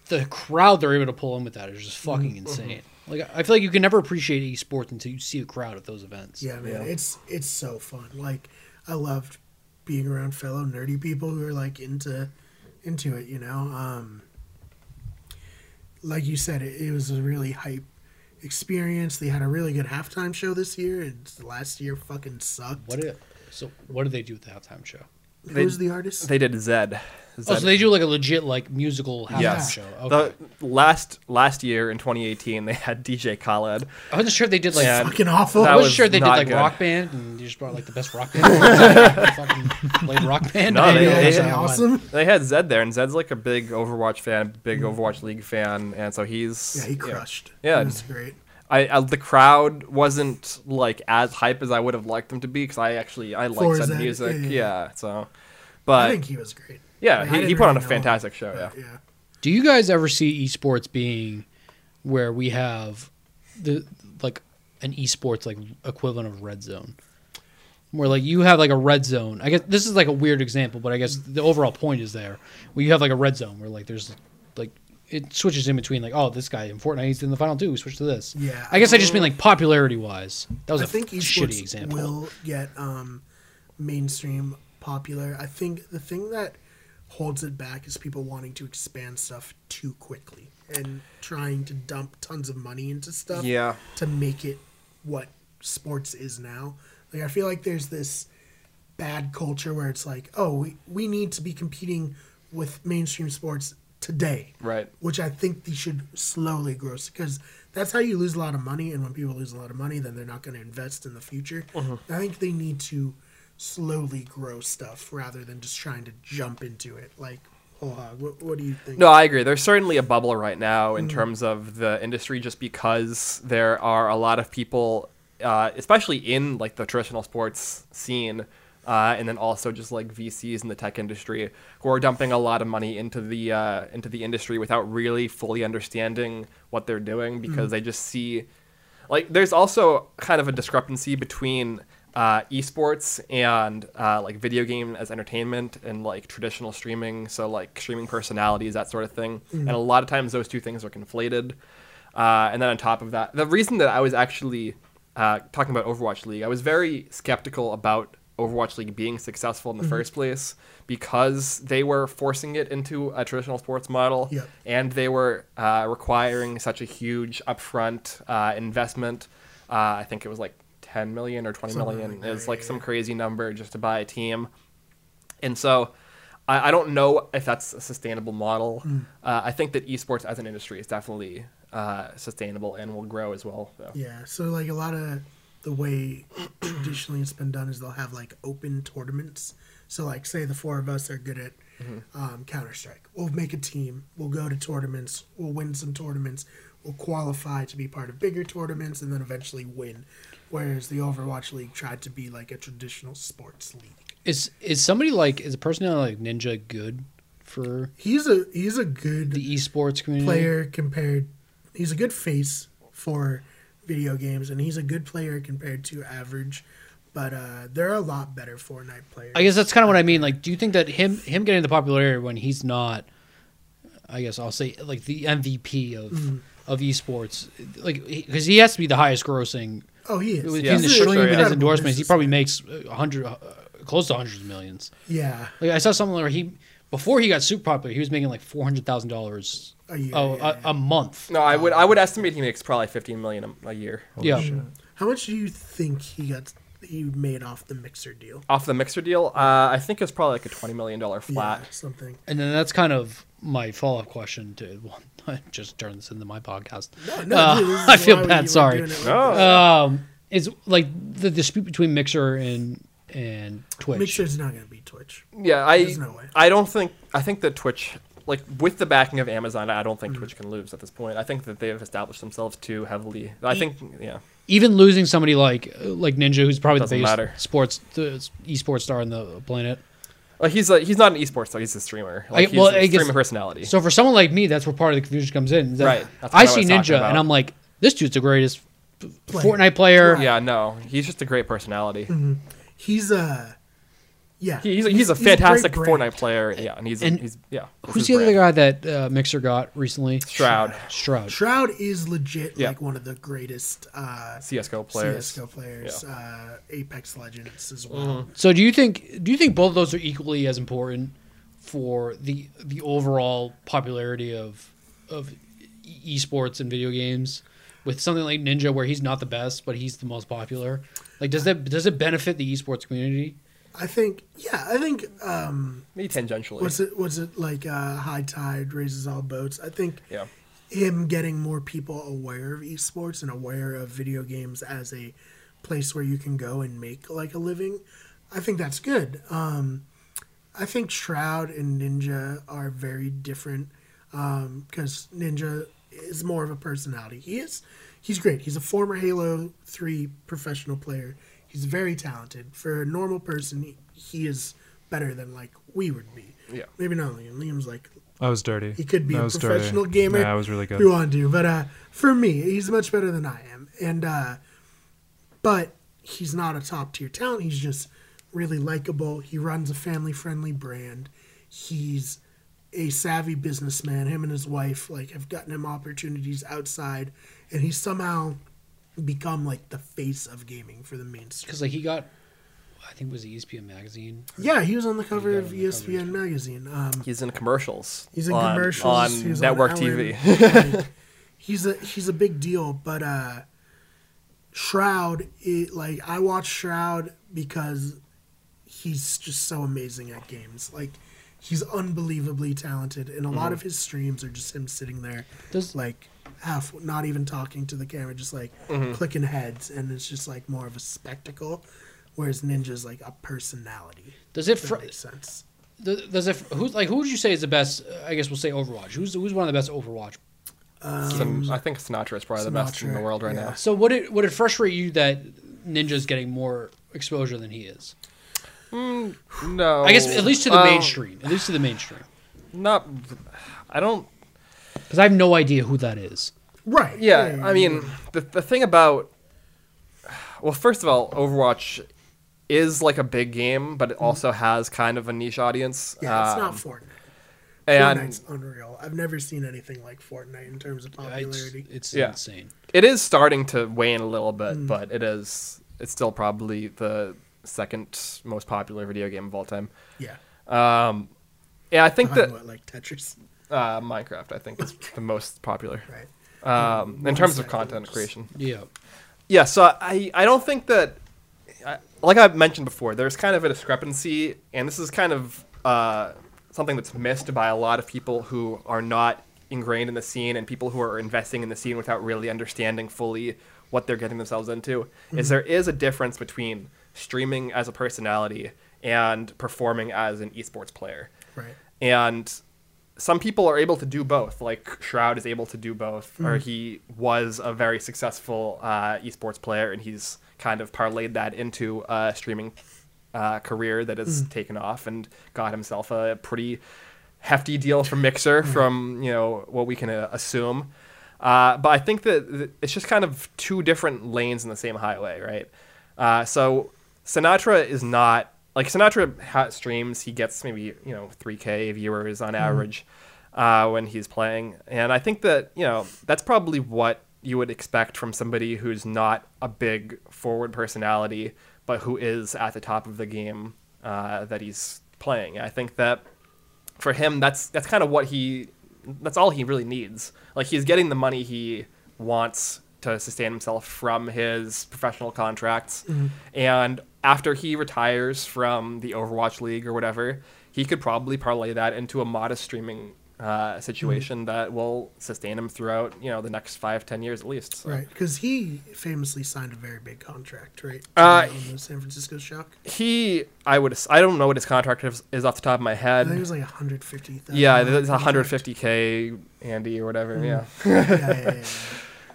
[SPEAKER 4] the crowd they're able to pull in with that is just fucking
[SPEAKER 2] Mm-hmm.
[SPEAKER 4] insane. Like I feel like you can never appreciate esports until you see a crowd at those events.
[SPEAKER 2] Yeah, man,
[SPEAKER 3] Yeah.
[SPEAKER 2] it's it's so fun. Like, I loved being around fellow nerdy people who are like into into it. You know, um, like you said, it, it was a really hype experience. They had a really good halftime show this year, and last year fucking sucked.
[SPEAKER 4] What did so what did they do with the halftime show?
[SPEAKER 3] They-
[SPEAKER 2] Who's the artist?
[SPEAKER 3] They did Zed.
[SPEAKER 4] Oh,
[SPEAKER 3] Zed.
[SPEAKER 4] so they do like a legit like musical halftime
[SPEAKER 3] Yes.
[SPEAKER 4] show. Okay.
[SPEAKER 3] The last last year in 2018, they had DJ Khaled.
[SPEAKER 4] I wasn't sure if they did like.
[SPEAKER 3] Yeah.
[SPEAKER 2] Fucking awful.
[SPEAKER 3] that
[SPEAKER 4] I wasn't
[SPEAKER 3] was
[SPEAKER 4] sure if they did
[SPEAKER 3] not
[SPEAKER 4] like
[SPEAKER 3] good.
[SPEAKER 4] rock band and you just brought like the best rock band. [laughs] Like, fucking played rock band.
[SPEAKER 3] No,
[SPEAKER 4] I
[SPEAKER 3] they-
[SPEAKER 4] didn't know
[SPEAKER 2] yeah,
[SPEAKER 3] they-
[SPEAKER 4] that
[SPEAKER 2] yeah,
[SPEAKER 4] one.
[SPEAKER 2] awesome.
[SPEAKER 3] They had Zed there, and Zed's like a big Overwatch fan, big Overwatch League fan, and so he's
[SPEAKER 2] Mm-hmm. Yeah, he crushed.
[SPEAKER 3] Yeah.
[SPEAKER 2] it was great.
[SPEAKER 3] I, I the crowd wasn't like as hype as I would have liked them to be because I actually I
[SPEAKER 2] For
[SPEAKER 3] like Zed
[SPEAKER 2] Zed,
[SPEAKER 3] music,
[SPEAKER 2] yeah,
[SPEAKER 3] yeah,
[SPEAKER 2] yeah.
[SPEAKER 3] So,
[SPEAKER 2] I
[SPEAKER 3] but
[SPEAKER 2] think he was great.
[SPEAKER 3] yeah,
[SPEAKER 2] Like, I
[SPEAKER 3] he, he
[SPEAKER 2] didn't
[SPEAKER 3] put on
[SPEAKER 2] really
[SPEAKER 3] a
[SPEAKER 2] know him,
[SPEAKER 3] fantastic show. Yeah,
[SPEAKER 2] but yeah.
[SPEAKER 4] Do you guys ever see esports being where we have the like an esports like equivalent of red zone? Where like you have like a red zone. I guess this is like a weird example, but I guess the overall point is there. Where you have like a red zone where like there's like it switches in between like oh this guy in Fortnite he's in the final two we switch to this.
[SPEAKER 2] Yeah.
[SPEAKER 4] I guess I just mean like popularity wise. That was a
[SPEAKER 2] I think
[SPEAKER 4] shitty
[SPEAKER 2] esports
[SPEAKER 4] example.
[SPEAKER 2] will get um, mainstream popular. I think the thing that holds it back is people wanting to expand stuff too quickly and trying to dump tons of money into stuff
[SPEAKER 3] Yeah.
[SPEAKER 2] to make it what sports is now. Like I feel like there's this bad culture where it's like, oh, we, we need to be competing with mainstream sports today
[SPEAKER 3] right.
[SPEAKER 2] which I think they should slowly grow because that's how you lose a lot of money. And when people lose a lot of money, then they're not going to invest in the future. I think they need to slowly grow stuff rather than just trying to jump into it. Like, whole hog. What, what do you think?
[SPEAKER 3] No, I agree. There's certainly a bubble right now in terms of the industry, just because there are a lot of people, uh, especially in like the traditional sports scene, uh, and then also just like VCs in the tech industry, who are dumping a lot of money into the uh, into the industry without really fully understanding what they're doing because they just see like there's also kind of a discrepancy between uh, esports and uh, like video game as entertainment and like traditional streaming so like streaming personalities that sort of thing and a lot of times those two things are conflated uh, and then on top of that the reason that i was actually uh, talking about overwatch league i was very skeptical about overwatch league being successful in the first place because they were forcing it into a traditional sports model
[SPEAKER 2] Yep.
[SPEAKER 3] and they were uh, requiring such a huge upfront uh, investment. Uh, I think it was like 10 million or twenty million.
[SPEAKER 2] Something like that,
[SPEAKER 3] It was like
[SPEAKER 2] yeah,
[SPEAKER 3] some crazy number just to buy a team. And so I, I don't know if that's a sustainable model.
[SPEAKER 2] Hmm.
[SPEAKER 3] Uh, I think that esports as an industry is definitely uh, sustainable and will grow as well. though.
[SPEAKER 2] Yeah. So like a lot of the way traditionally it's been done is they'll have like open tournaments. So like say the four of us are good at um, Counter Strike. We'll make a team. We'll go to tournaments. We'll win some tournaments. We'll qualify to be part of bigger tournaments and then eventually win. Whereas the Overwatch League tried to be like a traditional sports league.
[SPEAKER 4] Is is somebody like is a person like Ninja good for
[SPEAKER 2] He's a he's a good
[SPEAKER 4] the esports community?
[SPEAKER 2] player compared. He's a good face for video games, and he's a good player compared to average. But uh, there are a lot better Fortnite players.
[SPEAKER 4] I guess that's kind of what I mean. Like, do you think that him him getting the popularity when he's not, I guess I'll say like the MVP of of esports, like because he has to be the highest grossing
[SPEAKER 2] oh, he is.
[SPEAKER 4] with
[SPEAKER 3] Yeah,
[SPEAKER 4] in the
[SPEAKER 3] for sure,
[SPEAKER 4] stream and his
[SPEAKER 2] Incredible
[SPEAKER 4] endorsements. He
[SPEAKER 2] business.
[SPEAKER 4] probably makes a hundred, uh, close to hundreds of millions.
[SPEAKER 2] yeah
[SPEAKER 4] Like I saw something where he before he got super popular, he was making like four hundred thousand dollars
[SPEAKER 2] a year. yeah,
[SPEAKER 4] oh
[SPEAKER 2] yeah.
[SPEAKER 4] a, a month.
[SPEAKER 3] No, I would I would estimate he makes probably 15 million a, a year
[SPEAKER 4] yeah,
[SPEAKER 2] How much do you think he got? He made off the mixer deal.
[SPEAKER 3] off the mixer deal. Uh, I think it was probably like a 20 million dollar flat.
[SPEAKER 2] Yeah, something.
[SPEAKER 4] and then that's kind of my follow up question to [laughs] well, just turn this into my podcast.
[SPEAKER 2] No, no,
[SPEAKER 4] Uh,
[SPEAKER 2] dude, this is
[SPEAKER 4] [laughs] I feel
[SPEAKER 2] why we
[SPEAKER 4] bad,
[SPEAKER 2] were
[SPEAKER 4] sorry.
[SPEAKER 2] doing it like
[SPEAKER 3] No.
[SPEAKER 2] this.
[SPEAKER 4] um, is like the dispute between Mixer and and Twitch.
[SPEAKER 2] Mixer's not gonna be Twitch.
[SPEAKER 3] Yeah, I
[SPEAKER 2] There's no way.
[SPEAKER 3] I don't think I think that Twitch like with the backing of Amazon, I don't think
[SPEAKER 2] Mm-hmm.
[SPEAKER 3] Twitch can lose at this point. I think that they have established themselves too heavily. I think yeah.
[SPEAKER 4] Even losing somebody like like Ninja, who's probably
[SPEAKER 3] Doesn't
[SPEAKER 4] the biggest
[SPEAKER 3] matter.
[SPEAKER 4] sports the esports star on the planet.
[SPEAKER 3] Like he's a, he's not an esports though. He's a streamer. Like
[SPEAKER 4] I-
[SPEAKER 3] he's
[SPEAKER 4] well,
[SPEAKER 3] a
[SPEAKER 4] I guess-
[SPEAKER 3] streamer personality.
[SPEAKER 4] So for someone like me, that's where part of the confusion comes in. is that
[SPEAKER 3] Right, that's
[SPEAKER 4] I
[SPEAKER 3] what I
[SPEAKER 4] see
[SPEAKER 3] was talking
[SPEAKER 4] Ninja,
[SPEAKER 3] about.
[SPEAKER 4] and I'm like, this dude's the greatest f-
[SPEAKER 2] Player.
[SPEAKER 4] Fortnite player.
[SPEAKER 3] yeah, no, he's just a great personality.
[SPEAKER 2] Mm-hmm. He's a. Yeah,
[SPEAKER 3] He, he's, a, he's a
[SPEAKER 2] great
[SPEAKER 3] fantastic
[SPEAKER 2] brand.
[SPEAKER 3] Fortnite player. Yeah, and he's
[SPEAKER 4] And
[SPEAKER 3] he's yeah. it's his
[SPEAKER 4] Who's the other
[SPEAKER 3] brand.
[SPEAKER 4] guy that uh, Mixer got recently?
[SPEAKER 3] Shroud,
[SPEAKER 4] Shroud.
[SPEAKER 2] Shroud is legit
[SPEAKER 3] Yeah.
[SPEAKER 2] like one of the greatest uh,
[SPEAKER 3] CS:GO players.
[SPEAKER 2] CS:GO players, uh, Apex Legends as well.
[SPEAKER 3] Mm-hmm.
[SPEAKER 4] So do you think do you think both of those are equally as important for the the overall popularity of of e- esports and video games with something like Ninja where he's not the best but he's the most popular? Like does that does it benefit the esports community?
[SPEAKER 2] I think, yeah, I think um,
[SPEAKER 3] Maybe tangentially.
[SPEAKER 2] what's it what's it like? Uh, high tide raises all boats. I think
[SPEAKER 3] yeah.
[SPEAKER 2] him getting more people aware of esports and aware of video games as a place where you can go and make like a living, I think that's good. Um, I think Shroud and Ninja are very different because Ninja is more of a personality. He is he's great. He's a former Halo Three professional player. He's very talented. For a normal person, he, he is better than like we would be.
[SPEAKER 3] Yeah.
[SPEAKER 2] Maybe not Liam. Liam's like
[SPEAKER 1] I was dirty.
[SPEAKER 2] he could be
[SPEAKER 1] I
[SPEAKER 2] a
[SPEAKER 1] was dirty.
[SPEAKER 2] professional gamer.
[SPEAKER 1] Yeah, I was really
[SPEAKER 2] If you
[SPEAKER 1] good.
[SPEAKER 2] want to, but uh, for me, he's much better than I am, and uh, but he's not a top tier talent. He's just really likable. He runs a family friendly brand. He's a savvy businessman. Him and his wife like have gotten him opportunities outside, and he's somehow become like the face of gaming for the mainstream.
[SPEAKER 4] Because like he got, I think it was E the ESPN magazine.
[SPEAKER 2] Yeah, he was on the cover
[SPEAKER 4] got
[SPEAKER 2] of E
[SPEAKER 4] on the cover,
[SPEAKER 2] ESPN magazine. Um,
[SPEAKER 3] He's in commercials.
[SPEAKER 2] He's in
[SPEAKER 3] on,
[SPEAKER 2] commercials
[SPEAKER 3] on
[SPEAKER 2] he's
[SPEAKER 3] network
[SPEAKER 2] Ellen.
[SPEAKER 3] TV.
[SPEAKER 2] [laughs]
[SPEAKER 3] [laughs]
[SPEAKER 2] Like, he's a he's a big deal, but uh, Shroud, it, like I watch Shroud because he's just so amazing at games. Like he's unbelievably talented, and a
[SPEAKER 3] Mm-hmm.
[SPEAKER 2] lot of his streams are just him sitting there,
[SPEAKER 4] Does-
[SPEAKER 2] like half not even talking to the camera, just like
[SPEAKER 3] Mm-hmm.
[SPEAKER 2] clicking heads, and it's just like more of a spectacle. Whereas Ninja's like a personality.
[SPEAKER 4] Does it
[SPEAKER 2] If
[SPEAKER 4] fr-
[SPEAKER 2] that makes sense.
[SPEAKER 4] th- does it who like who would you say is the best? uh, I guess we'll say Overwatch. Who's who's one of the best Overwatch?
[SPEAKER 3] Some- I think Sinatra is probably the best in the
[SPEAKER 2] Sinatra,
[SPEAKER 3] world right now.
[SPEAKER 4] So would it would it frustrate you that Ninja's getting more exposure than he is?
[SPEAKER 2] [sighs]
[SPEAKER 3] No,
[SPEAKER 4] I guess at least to the
[SPEAKER 3] uh,
[SPEAKER 4] mainstream. At least to the mainstream.
[SPEAKER 3] Not, I don't.
[SPEAKER 4] Because I have no idea who that is.
[SPEAKER 2] Right.
[SPEAKER 3] Yeah, I mean
[SPEAKER 2] Hmm.
[SPEAKER 3] the the thing about, well, first of all, Overwatch is like a big game, but it also has kind of a niche audience.
[SPEAKER 2] Hmm. yeah, it's not
[SPEAKER 3] um,
[SPEAKER 2] Fortnite.
[SPEAKER 3] and
[SPEAKER 2] Fortnite's unreal. I've never seen anything like Fortnite in terms of
[SPEAKER 4] It's,
[SPEAKER 2] popularity.
[SPEAKER 4] it's
[SPEAKER 3] Yeah.
[SPEAKER 4] insane.
[SPEAKER 3] it is starting to wane a little bit,
[SPEAKER 2] Hmm.
[SPEAKER 3] but it is it's still probably the second most popular video game of all time.
[SPEAKER 2] yeah.
[SPEAKER 3] Um, yeah, I think
[SPEAKER 2] Behind
[SPEAKER 3] that
[SPEAKER 2] what, like Tetris,
[SPEAKER 3] uh, Minecraft, I think, is the most popular
[SPEAKER 2] right?
[SPEAKER 3] um, in terms of
[SPEAKER 2] Minecraft
[SPEAKER 3] content
[SPEAKER 2] is-
[SPEAKER 3] creation.
[SPEAKER 4] Yeah.
[SPEAKER 3] Yeah, so I, I don't think that, I, like I've mentioned before, there's kind of a discrepancy, and this is kind of uh, something that's missed by a lot of people who are not ingrained in the scene and people who are investing in the scene without really understanding fully what they're getting themselves into. Is there is a difference between streaming as a personality and performing as an esports player
[SPEAKER 2] Right.
[SPEAKER 3] and some people are able to do both like shroud is able to do both or he was a very successful uh, esports player and he's kind of parlayed that into a streaming uh, career that has taken off and got himself a pretty hefty deal from mixer from you know what we can uh, assume uh, but i think that th- it's just kind of two different lanes in the same highway right uh, so Sinatra is not like Sinatra ha- streams. He gets maybe you know 3k viewers on average uh, when he's playing, and I think that you know that's probably what you would expect from somebody who's not a big forward personality, but who is at the top of the game uh, that he's playing. I think that for him, that's that's kind of what he that's all he really needs. Like he's getting the money he wants to sustain himself from his professional contracts,
[SPEAKER 2] Mm-hmm.
[SPEAKER 3] and after he retires from the Overwatch League or whatever, he could probably parlay that into a modest streaming uh, situation
[SPEAKER 2] Mm-hmm.
[SPEAKER 3] that will sustain him throughout you know the next five ten years at least. So.
[SPEAKER 2] Right. Because he famously signed a very big contract, right? to
[SPEAKER 3] Uh,
[SPEAKER 2] be on the San Francisco Shock.
[SPEAKER 3] He, I would, ass- I don't know what his contract is, is off the top of my
[SPEAKER 2] I think it
[SPEAKER 3] head.
[SPEAKER 2] was like 150,000.
[SPEAKER 3] Yeah, it's 150k, Andy or whatever. Yeah.
[SPEAKER 2] [laughs] yeah,
[SPEAKER 3] [laughs]
[SPEAKER 2] yeah, yeah, yeah.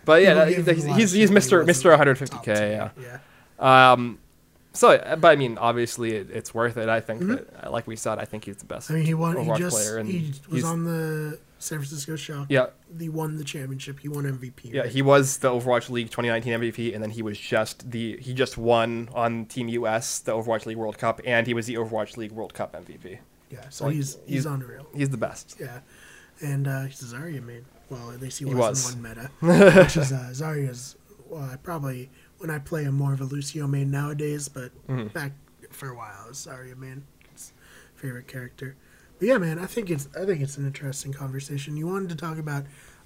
[SPEAKER 3] But yeah,
[SPEAKER 2] People gave
[SPEAKER 3] that- that-
[SPEAKER 2] him a lot
[SPEAKER 3] he's
[SPEAKER 2] of shit
[SPEAKER 3] he's
[SPEAKER 2] when
[SPEAKER 3] Mr.
[SPEAKER 2] he wasn't
[SPEAKER 3] Mr.
[SPEAKER 2] Top
[SPEAKER 3] 150k.
[SPEAKER 2] tier,
[SPEAKER 3] Yeah.
[SPEAKER 2] Yeah.
[SPEAKER 3] Um, so, but I mean, obviously, it, it's worth it. I think that, uh, like we said, I think he's the best
[SPEAKER 2] I mean, he won.
[SPEAKER 3] Overwatch
[SPEAKER 2] He just
[SPEAKER 3] player, and
[SPEAKER 2] he was
[SPEAKER 3] he's-
[SPEAKER 2] on the San Francisco Shock.
[SPEAKER 3] yeah,
[SPEAKER 2] He won the championship. He won MVP.
[SPEAKER 3] yeah.
[SPEAKER 2] right?
[SPEAKER 3] He was the Overwatch League 2019 MVP, and then he was just the he just won on Team US the Overwatch League World Cup, and he was the Overwatch League World Cup MVP.
[SPEAKER 2] yeah. So
[SPEAKER 3] like,
[SPEAKER 2] he's, he's
[SPEAKER 3] he's-
[SPEAKER 2] unreal.
[SPEAKER 3] He's the best.
[SPEAKER 2] Yeah. And uh, he's a Zarya main. Well, at least he,
[SPEAKER 3] He
[SPEAKER 2] was, in one meta. which is [laughs] uh, Zarya's. Well, I probably, when I play, I'm more of a Lucio main nowadays, but back for a while, it was Zarya main. It's favorite character. But yeah, man, I think it's I think it's an interesting conversation. You wanted to talk about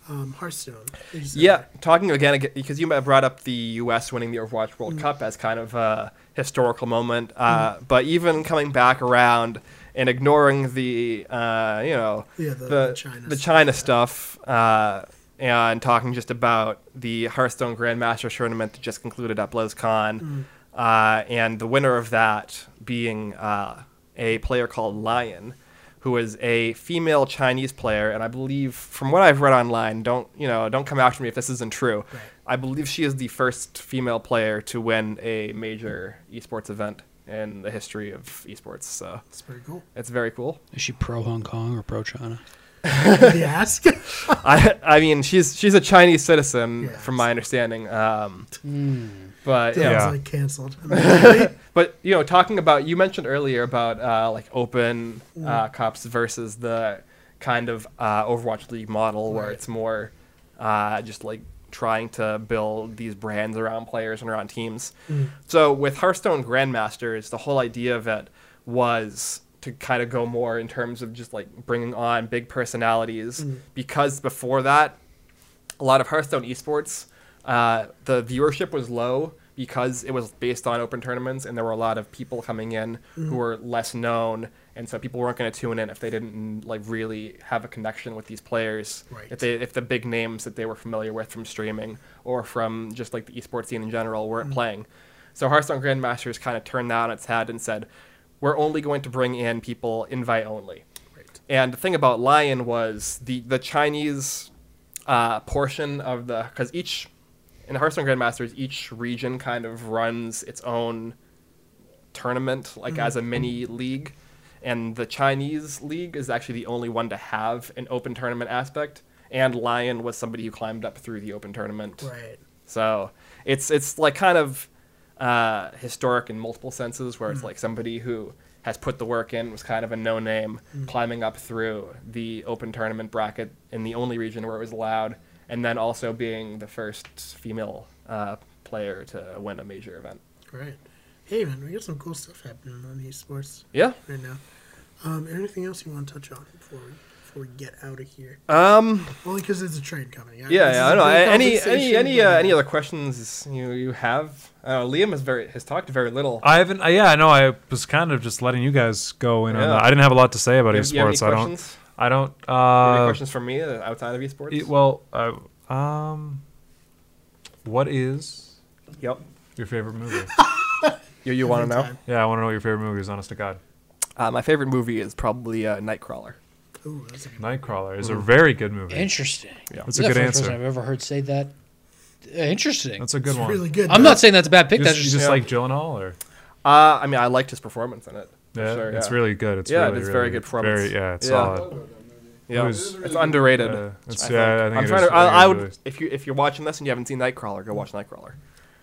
[SPEAKER 2] um, Hearthstone. They just-
[SPEAKER 3] Yeah, talking again because you brought up the U.S. winning the Overwatch World Cup as kind of a historical moment, uh, but even coming back around and ignoring the uh, you know
[SPEAKER 2] Yeah, the- the China
[SPEAKER 3] the
[SPEAKER 2] stuff,
[SPEAKER 3] China stuff uh, and talking just about the Hearthstone Grandmaster tournament that just concluded at
[SPEAKER 2] Mm.
[SPEAKER 3] BlizzCon, uh, and the winner of that being uh, a player called Lion who is a female Chinese player, and I believe, from what I've read online, don't you know, don't come after me if this isn't true. I believe she is the first female player to win a major esports event in the history of esports. So
[SPEAKER 2] It's pretty [laughs] cool.
[SPEAKER 3] it's very cool.
[SPEAKER 4] Is she pro Hong Kong or pro China?
[SPEAKER 2] Did you ask?
[SPEAKER 3] I I mean, she's she's a Chinese citizen,
[SPEAKER 2] Yeah.
[SPEAKER 3] from my understanding. Um,
[SPEAKER 2] [laughs]
[SPEAKER 3] But
[SPEAKER 2] That
[SPEAKER 3] yeah.
[SPEAKER 1] Yeah.
[SPEAKER 2] was like canceled. [laughs] immediately.
[SPEAKER 3] But you know, talking about you mentioned earlier about uh, like open uh, cups versus the kind of uh, Overwatch League model where it's more uh, just like trying to build these brands around players and around teams. So with Hearthstone Grandmasters, the whole idea of it was to kind of go more in terms of just like bringing on big personalities because before that a lot of Hearthstone esports, uh, the viewership was low because it was based on open tournaments, and there were a lot of people coming in who were less known, and so people weren't going to tune in if they didn't like really have a connection with these players.
[SPEAKER 2] Right.
[SPEAKER 3] If they if the big names that they were familiar with from streaming or from just like the esports scene in general weren't playing, so Hearthstone Grandmasters kind of turned that on its head and said, "We're only going to bring in people invite only." And the thing about Lion was the the Chinese uh, portion of the because each in Hearthstone Grandmasters each region kind of runs its own tournament like as a mini league, and the Chinese league is actually the only one to have an open tournament aspect. And Lion was somebody who climbed up through the open tournament.
[SPEAKER 2] right.
[SPEAKER 3] So it's it's like kind of uh, historic in multiple senses, where it's
[SPEAKER 2] Hmm.
[SPEAKER 3] like somebody who has put the work in was kind of a no name
[SPEAKER 2] Hmm.
[SPEAKER 3] climbing up through the open tournament bracket in the only region where it was allowed, and then also being the first female uh, player to win a major event.
[SPEAKER 2] Right. Hey man, we got some cool stuff happening on esports
[SPEAKER 3] Yeah.
[SPEAKER 2] right now. Um, anything else you want to touch on before we, before we get out of here?
[SPEAKER 3] Um.
[SPEAKER 2] Only because it's a train coming. I-
[SPEAKER 3] Yeah.
[SPEAKER 2] this
[SPEAKER 3] yeah
[SPEAKER 2] is
[SPEAKER 3] I
[SPEAKER 2] a
[SPEAKER 3] don't know.
[SPEAKER 2] great
[SPEAKER 3] Any any
[SPEAKER 2] conversation,
[SPEAKER 3] any uh,
[SPEAKER 2] but-
[SPEAKER 3] any other questions you you have? Uh, Liam has very has talked very little.
[SPEAKER 1] I haven't. Uh, yeah, I know. I was kind of just letting you guys go in on
[SPEAKER 3] Yeah.
[SPEAKER 1] that. I didn't have a lot to say about
[SPEAKER 3] You have- you have any
[SPEAKER 1] esports. I don't.
[SPEAKER 3] questions?
[SPEAKER 1] I don't.
[SPEAKER 3] any
[SPEAKER 1] Uh,
[SPEAKER 3] questions for me uh, outside of esports?
[SPEAKER 1] e- well, uh, um, what is
[SPEAKER 3] yep.
[SPEAKER 1] your favorite movie?
[SPEAKER 3] You, you want to know?
[SPEAKER 2] time.
[SPEAKER 1] yeah, I want to know what your favorite movie is. Honest to God,
[SPEAKER 3] Uh, my favorite movie is probably uh, Nightcrawler.
[SPEAKER 2] Ooh, that's a good
[SPEAKER 1] Nightcrawler is a very good movie.
[SPEAKER 4] Interesting.
[SPEAKER 1] That's a
[SPEAKER 4] That's
[SPEAKER 1] good
[SPEAKER 4] the first person I've
[SPEAKER 1] answer.
[SPEAKER 4] ever heard say that. Uh, interesting.
[SPEAKER 1] That's a good
[SPEAKER 2] it's
[SPEAKER 1] one.
[SPEAKER 2] really good.
[SPEAKER 4] I'm
[SPEAKER 2] though.
[SPEAKER 4] not saying that's a bad pick.
[SPEAKER 1] You
[SPEAKER 4] That's
[SPEAKER 1] just,
[SPEAKER 4] just,
[SPEAKER 1] you just
[SPEAKER 3] yeah.
[SPEAKER 1] like Gyllenhaal, or
[SPEAKER 3] Uh, I mean, I liked his performance in it. for
[SPEAKER 1] yeah,
[SPEAKER 3] sure,
[SPEAKER 1] it's really good. It's
[SPEAKER 3] Yeah,
[SPEAKER 1] really,
[SPEAKER 3] it's
[SPEAKER 1] really
[SPEAKER 3] very good performance.
[SPEAKER 1] Very, yeah, it's
[SPEAKER 3] Yeah.
[SPEAKER 1] solid.
[SPEAKER 3] Yeah,
[SPEAKER 1] It
[SPEAKER 3] it's,
[SPEAKER 1] was-
[SPEAKER 3] it's underrated.
[SPEAKER 1] Yeah, it's-
[SPEAKER 3] I
[SPEAKER 1] yeah, I
[SPEAKER 3] think.
[SPEAKER 1] think
[SPEAKER 3] I'm
[SPEAKER 1] it
[SPEAKER 3] trying
[SPEAKER 1] is.
[SPEAKER 3] to.
[SPEAKER 1] I think
[SPEAKER 3] I, I
[SPEAKER 1] it
[SPEAKER 3] would
[SPEAKER 1] is.
[SPEAKER 3] if you if you're watching this and you haven't seen Nightcrawler, go watch Nightcrawler.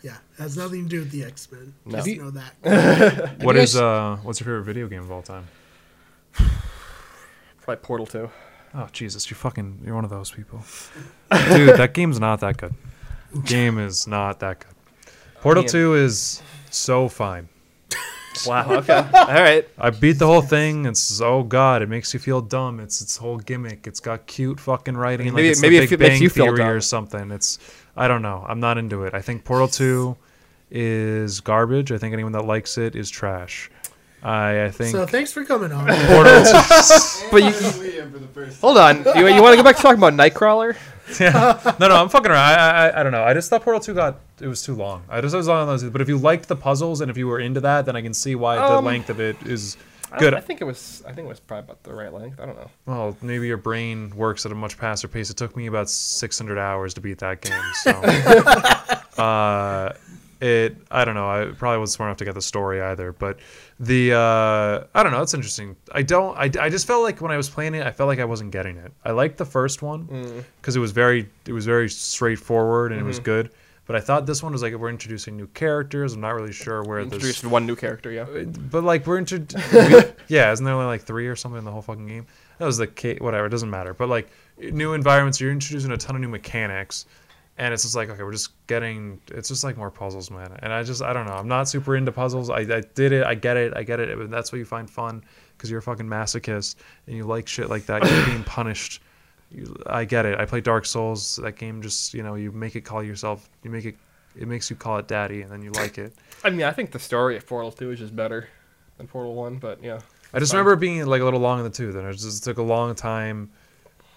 [SPEAKER 2] Yeah, it has nothing to do with the X Men.
[SPEAKER 3] No.
[SPEAKER 2] Just
[SPEAKER 4] Have you-
[SPEAKER 2] know that.
[SPEAKER 1] What
[SPEAKER 4] you
[SPEAKER 1] is
[SPEAKER 4] guys-
[SPEAKER 1] uh? What's your favorite video game of all time?
[SPEAKER 3] Probably Portal Two.
[SPEAKER 1] Oh Jesus, you fucking, you're one of those people, dude. That game's not that good. Game is not that good. Portal
[SPEAKER 3] Damn.
[SPEAKER 1] Two is so fine.
[SPEAKER 3] Wow. [laughs] Okay. All right.
[SPEAKER 1] I beat the whole thing. It's oh god, it makes you feel dumb. It's its whole gimmick. It's got cute fucking writing.
[SPEAKER 3] Maybe-
[SPEAKER 1] like it's
[SPEAKER 3] maybe
[SPEAKER 1] the
[SPEAKER 3] if
[SPEAKER 1] Big
[SPEAKER 3] it makes
[SPEAKER 1] Bang
[SPEAKER 3] you feel
[SPEAKER 1] Theory or
[SPEAKER 3] dumb.
[SPEAKER 1] something. It's I don't know. I'm not into it. I think Portal Two is garbage. I think anyone that likes it is trash. I I think
[SPEAKER 2] so thanks for coming
[SPEAKER 3] [laughs]
[SPEAKER 2] on.
[SPEAKER 1] Portal [laughs] Two.
[SPEAKER 3] But
[SPEAKER 5] But
[SPEAKER 3] you-
[SPEAKER 5] you Liam for the first
[SPEAKER 1] Oh.
[SPEAKER 3] Hold on. You, you want to go back to talking about Nightcrawler?
[SPEAKER 1] No, no, I'm fucking around. I, I- I, I don't know. I just thought Portal Two got it was too long. I just was on those. But if you liked the puzzles and if you were into that, then I can see why
[SPEAKER 3] Um,
[SPEAKER 1] the length of it is
[SPEAKER 3] I don't-
[SPEAKER 1] good.
[SPEAKER 3] I, think it was. I think it was probably about the right length. I don't know.
[SPEAKER 1] well, maybe your brain works at a much faster pace. It took me about 600 hours to beat that game. So, uh, it I don't know. I probably wasn't smart enough to get the story either. But the uh, I don't know. It's interesting. I don't. I, I just felt like when I was playing it, I felt like I wasn't getting it. I liked the first one because it was very it was very straightforward and it was good. But I thought this one was like we're introducing new characters. I'm not really sure where this
[SPEAKER 3] Introduced one new character. Yeah.
[SPEAKER 1] but like we're inter- we- yeah isn't there only like three or something in the whole fucking game that was the case whatever it doesn't matter but like new environments you're introducing a ton of new mechanics and it's just like okay we're just getting it's just like more puzzles man and i just i don't know i'm not super into puzzles i, I did it i get it i get it but that's what you find fun because you're a fucking masochist and you like shit like that you're being punished you, I get it. I play Dark Souls. That game just you know you make it call yourself. You make it. It makes you call it daddy, and then you like it.
[SPEAKER 3] I mean, I think the story of Portal Two is just better than Portal One, but yeah.
[SPEAKER 1] I just
[SPEAKER 3] fine.
[SPEAKER 1] remember it being like a little long in the tooth, and it just took a long time.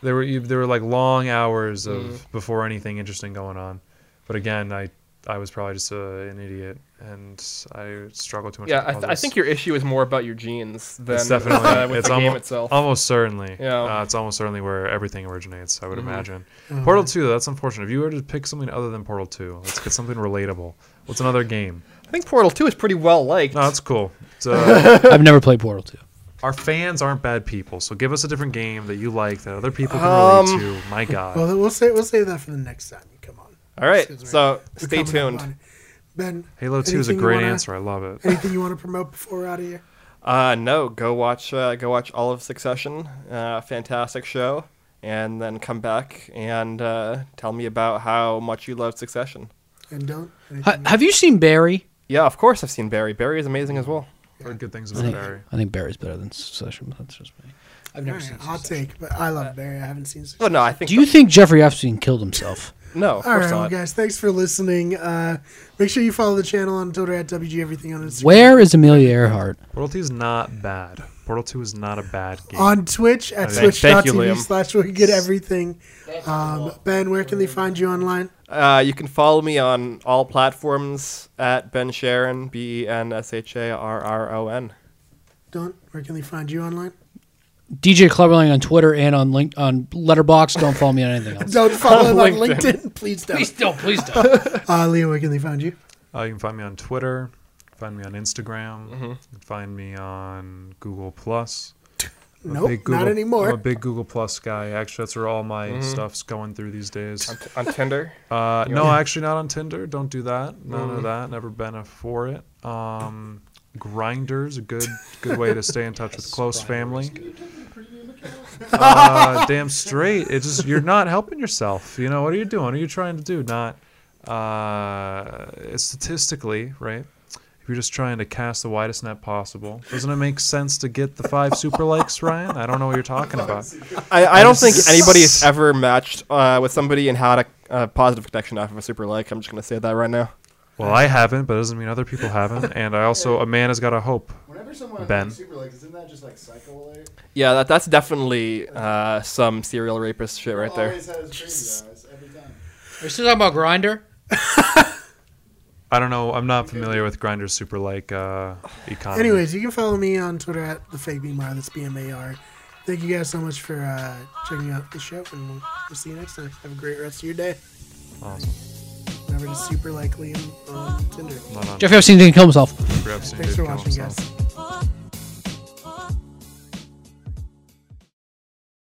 [SPEAKER 1] There were you- there were like long hours of
[SPEAKER 3] Mm.
[SPEAKER 1] before anything interesting going on. But again, I I was probably just a, an idiot, and I struggled too much. with
[SPEAKER 3] Yeah, I, th- I
[SPEAKER 1] puzzles.
[SPEAKER 3] think your issue is more about your genes than
[SPEAKER 1] it's definitely
[SPEAKER 3] uh, with
[SPEAKER 1] it's
[SPEAKER 3] the
[SPEAKER 1] almo-
[SPEAKER 3] game itself.
[SPEAKER 1] almost um, certainly.
[SPEAKER 3] Yeah. Mm-hmm.
[SPEAKER 1] Uh, it's almost certainly where everything originates. I would imagine.
[SPEAKER 2] Oh.
[SPEAKER 1] Portal Two, though, that's unfortunate. If you were to pick something other than Portal Two, let's get something relatable. What's another game?
[SPEAKER 3] I think Portal Two is pretty well liked.
[SPEAKER 1] No, that's cool. uh, So
[SPEAKER 4] I've never played Portal Two.
[SPEAKER 1] our fans aren't bad people, so give us a different game that you like that other people can
[SPEAKER 3] Um,
[SPEAKER 1] relate to. My God,
[SPEAKER 2] Well, we'll say we'll save that for the next time you come on.
[SPEAKER 3] All right,
[SPEAKER 2] Excuse me.
[SPEAKER 3] so
[SPEAKER 2] We're coming
[SPEAKER 3] stay
[SPEAKER 2] up
[SPEAKER 3] tuned.
[SPEAKER 2] on it. Ben,
[SPEAKER 1] Halo Two is a
[SPEAKER 2] anything you
[SPEAKER 1] great
[SPEAKER 2] wanna-
[SPEAKER 1] answer. I love it.
[SPEAKER 2] Anything you want to promote before we're out of here?
[SPEAKER 3] Uh, no, go watch uh, go watch all of Succession. Uh, fantastic show, and then come back and uh, tell me about how much you loved Succession.
[SPEAKER 2] And don't. anything-
[SPEAKER 4] Have you seen Barry?
[SPEAKER 3] Yeah, of course I've seen Barry. Barry is amazing as well.
[SPEAKER 1] Heard good things
[SPEAKER 4] I
[SPEAKER 1] about
[SPEAKER 4] think,
[SPEAKER 1] Barry.
[SPEAKER 4] I think Barry's better than Succession, but that's just me. I've never
[SPEAKER 2] All right,
[SPEAKER 4] seen.
[SPEAKER 2] hot
[SPEAKER 4] Succession.
[SPEAKER 2] take, but I
[SPEAKER 1] Uh,
[SPEAKER 2] love Barry. I haven't seen.
[SPEAKER 3] Oh no, I think
[SPEAKER 4] Do you think Jeffrey Epstein killed himself?
[SPEAKER 3] no, of
[SPEAKER 2] All right,
[SPEAKER 3] course
[SPEAKER 2] well,
[SPEAKER 3] not.
[SPEAKER 2] guys, thanks for listening. Uh, make sure you follow the channel on Twitter at WG Everything on Instagram.
[SPEAKER 4] Where is Amelia Earhart?
[SPEAKER 1] Portal Two is not bad. Portal Two is not a bad game.
[SPEAKER 2] On Twitch at
[SPEAKER 3] Thank- thank you,
[SPEAKER 2] twitch.tv
[SPEAKER 3] Liam.
[SPEAKER 2] slash where you get everything. Um, ben, where can they find you online?
[SPEAKER 3] Uh, you can follow me on all platforms at Ben Sharon, B E N S H A R R O N.
[SPEAKER 2] Don, where can they find you
[SPEAKER 3] [laughs]
[SPEAKER 2] online?
[SPEAKER 4] DJ Cleverling on Twitter and on link on Letterbox. Don't follow me on anything [laughs] else.
[SPEAKER 2] Don't follow him on
[SPEAKER 3] LinkedIn.
[SPEAKER 2] LinkedIn. Please don't.
[SPEAKER 4] please don't. Please don't.
[SPEAKER 2] Uh, Liam, where can they find you?
[SPEAKER 1] Uh, you can find me on Twitter, find me on Instagram, you can find me on Google Plus. I'm a
[SPEAKER 2] Nope,
[SPEAKER 1] big
[SPEAKER 2] not
[SPEAKER 1] Google-
[SPEAKER 2] anymore.
[SPEAKER 1] I'm a big Google Plus guy. Actually, that's where all my stuff's going through these days.
[SPEAKER 3] On, t- on Tinder.
[SPEAKER 1] Uh, no, actually, not on Tinder. Don't do that. None of that. Never been a for it. Um, Grinders a good good way to stay in touch with close family. Uh, damn straight. It's just you're not helping yourself. You know what are you doing? What are you trying to do? Not uh, statistically, right? If you're just trying to cast the widest net possible, doesn't it make sense to get the five super likes, Ryan? I don't know what you're talking about.
[SPEAKER 3] I, I don't think
[SPEAKER 1] just-
[SPEAKER 3] anybody has ever matched uh, with somebody and had a uh, positive connection off of a super like. I'm just gonna say that right now.
[SPEAKER 1] Well, I haven't, but it doesn't mean other people haven't. And I also, a man has got to hope.
[SPEAKER 5] Whenever someone
[SPEAKER 1] Ben.
[SPEAKER 5] ben. super likes, isn't that just like psycho alert?
[SPEAKER 3] Yeah, that, that's definitely uh, some serial rapist shit right there.
[SPEAKER 5] Always has crazy eyes every time.
[SPEAKER 4] We're still talking about Grinder.
[SPEAKER 1] I don't know. I'm not familiar with Grinder's super like uh, economy.
[SPEAKER 2] Anyways, you can follow me on Twitter at the fake BMR. That's B M A R. Thank you guys so much for uh, checking out the show, and we'll, we'll see you next time. Have a great rest of your day.
[SPEAKER 1] awesome.
[SPEAKER 2] Remember to super like Liam on Tinder.
[SPEAKER 1] Not on
[SPEAKER 4] Jeffrey Epstein didn't kill himself.
[SPEAKER 1] Grabstein
[SPEAKER 2] Thanks
[SPEAKER 1] did
[SPEAKER 2] for
[SPEAKER 1] kill
[SPEAKER 2] watching,
[SPEAKER 1] himself.
[SPEAKER 2] guys.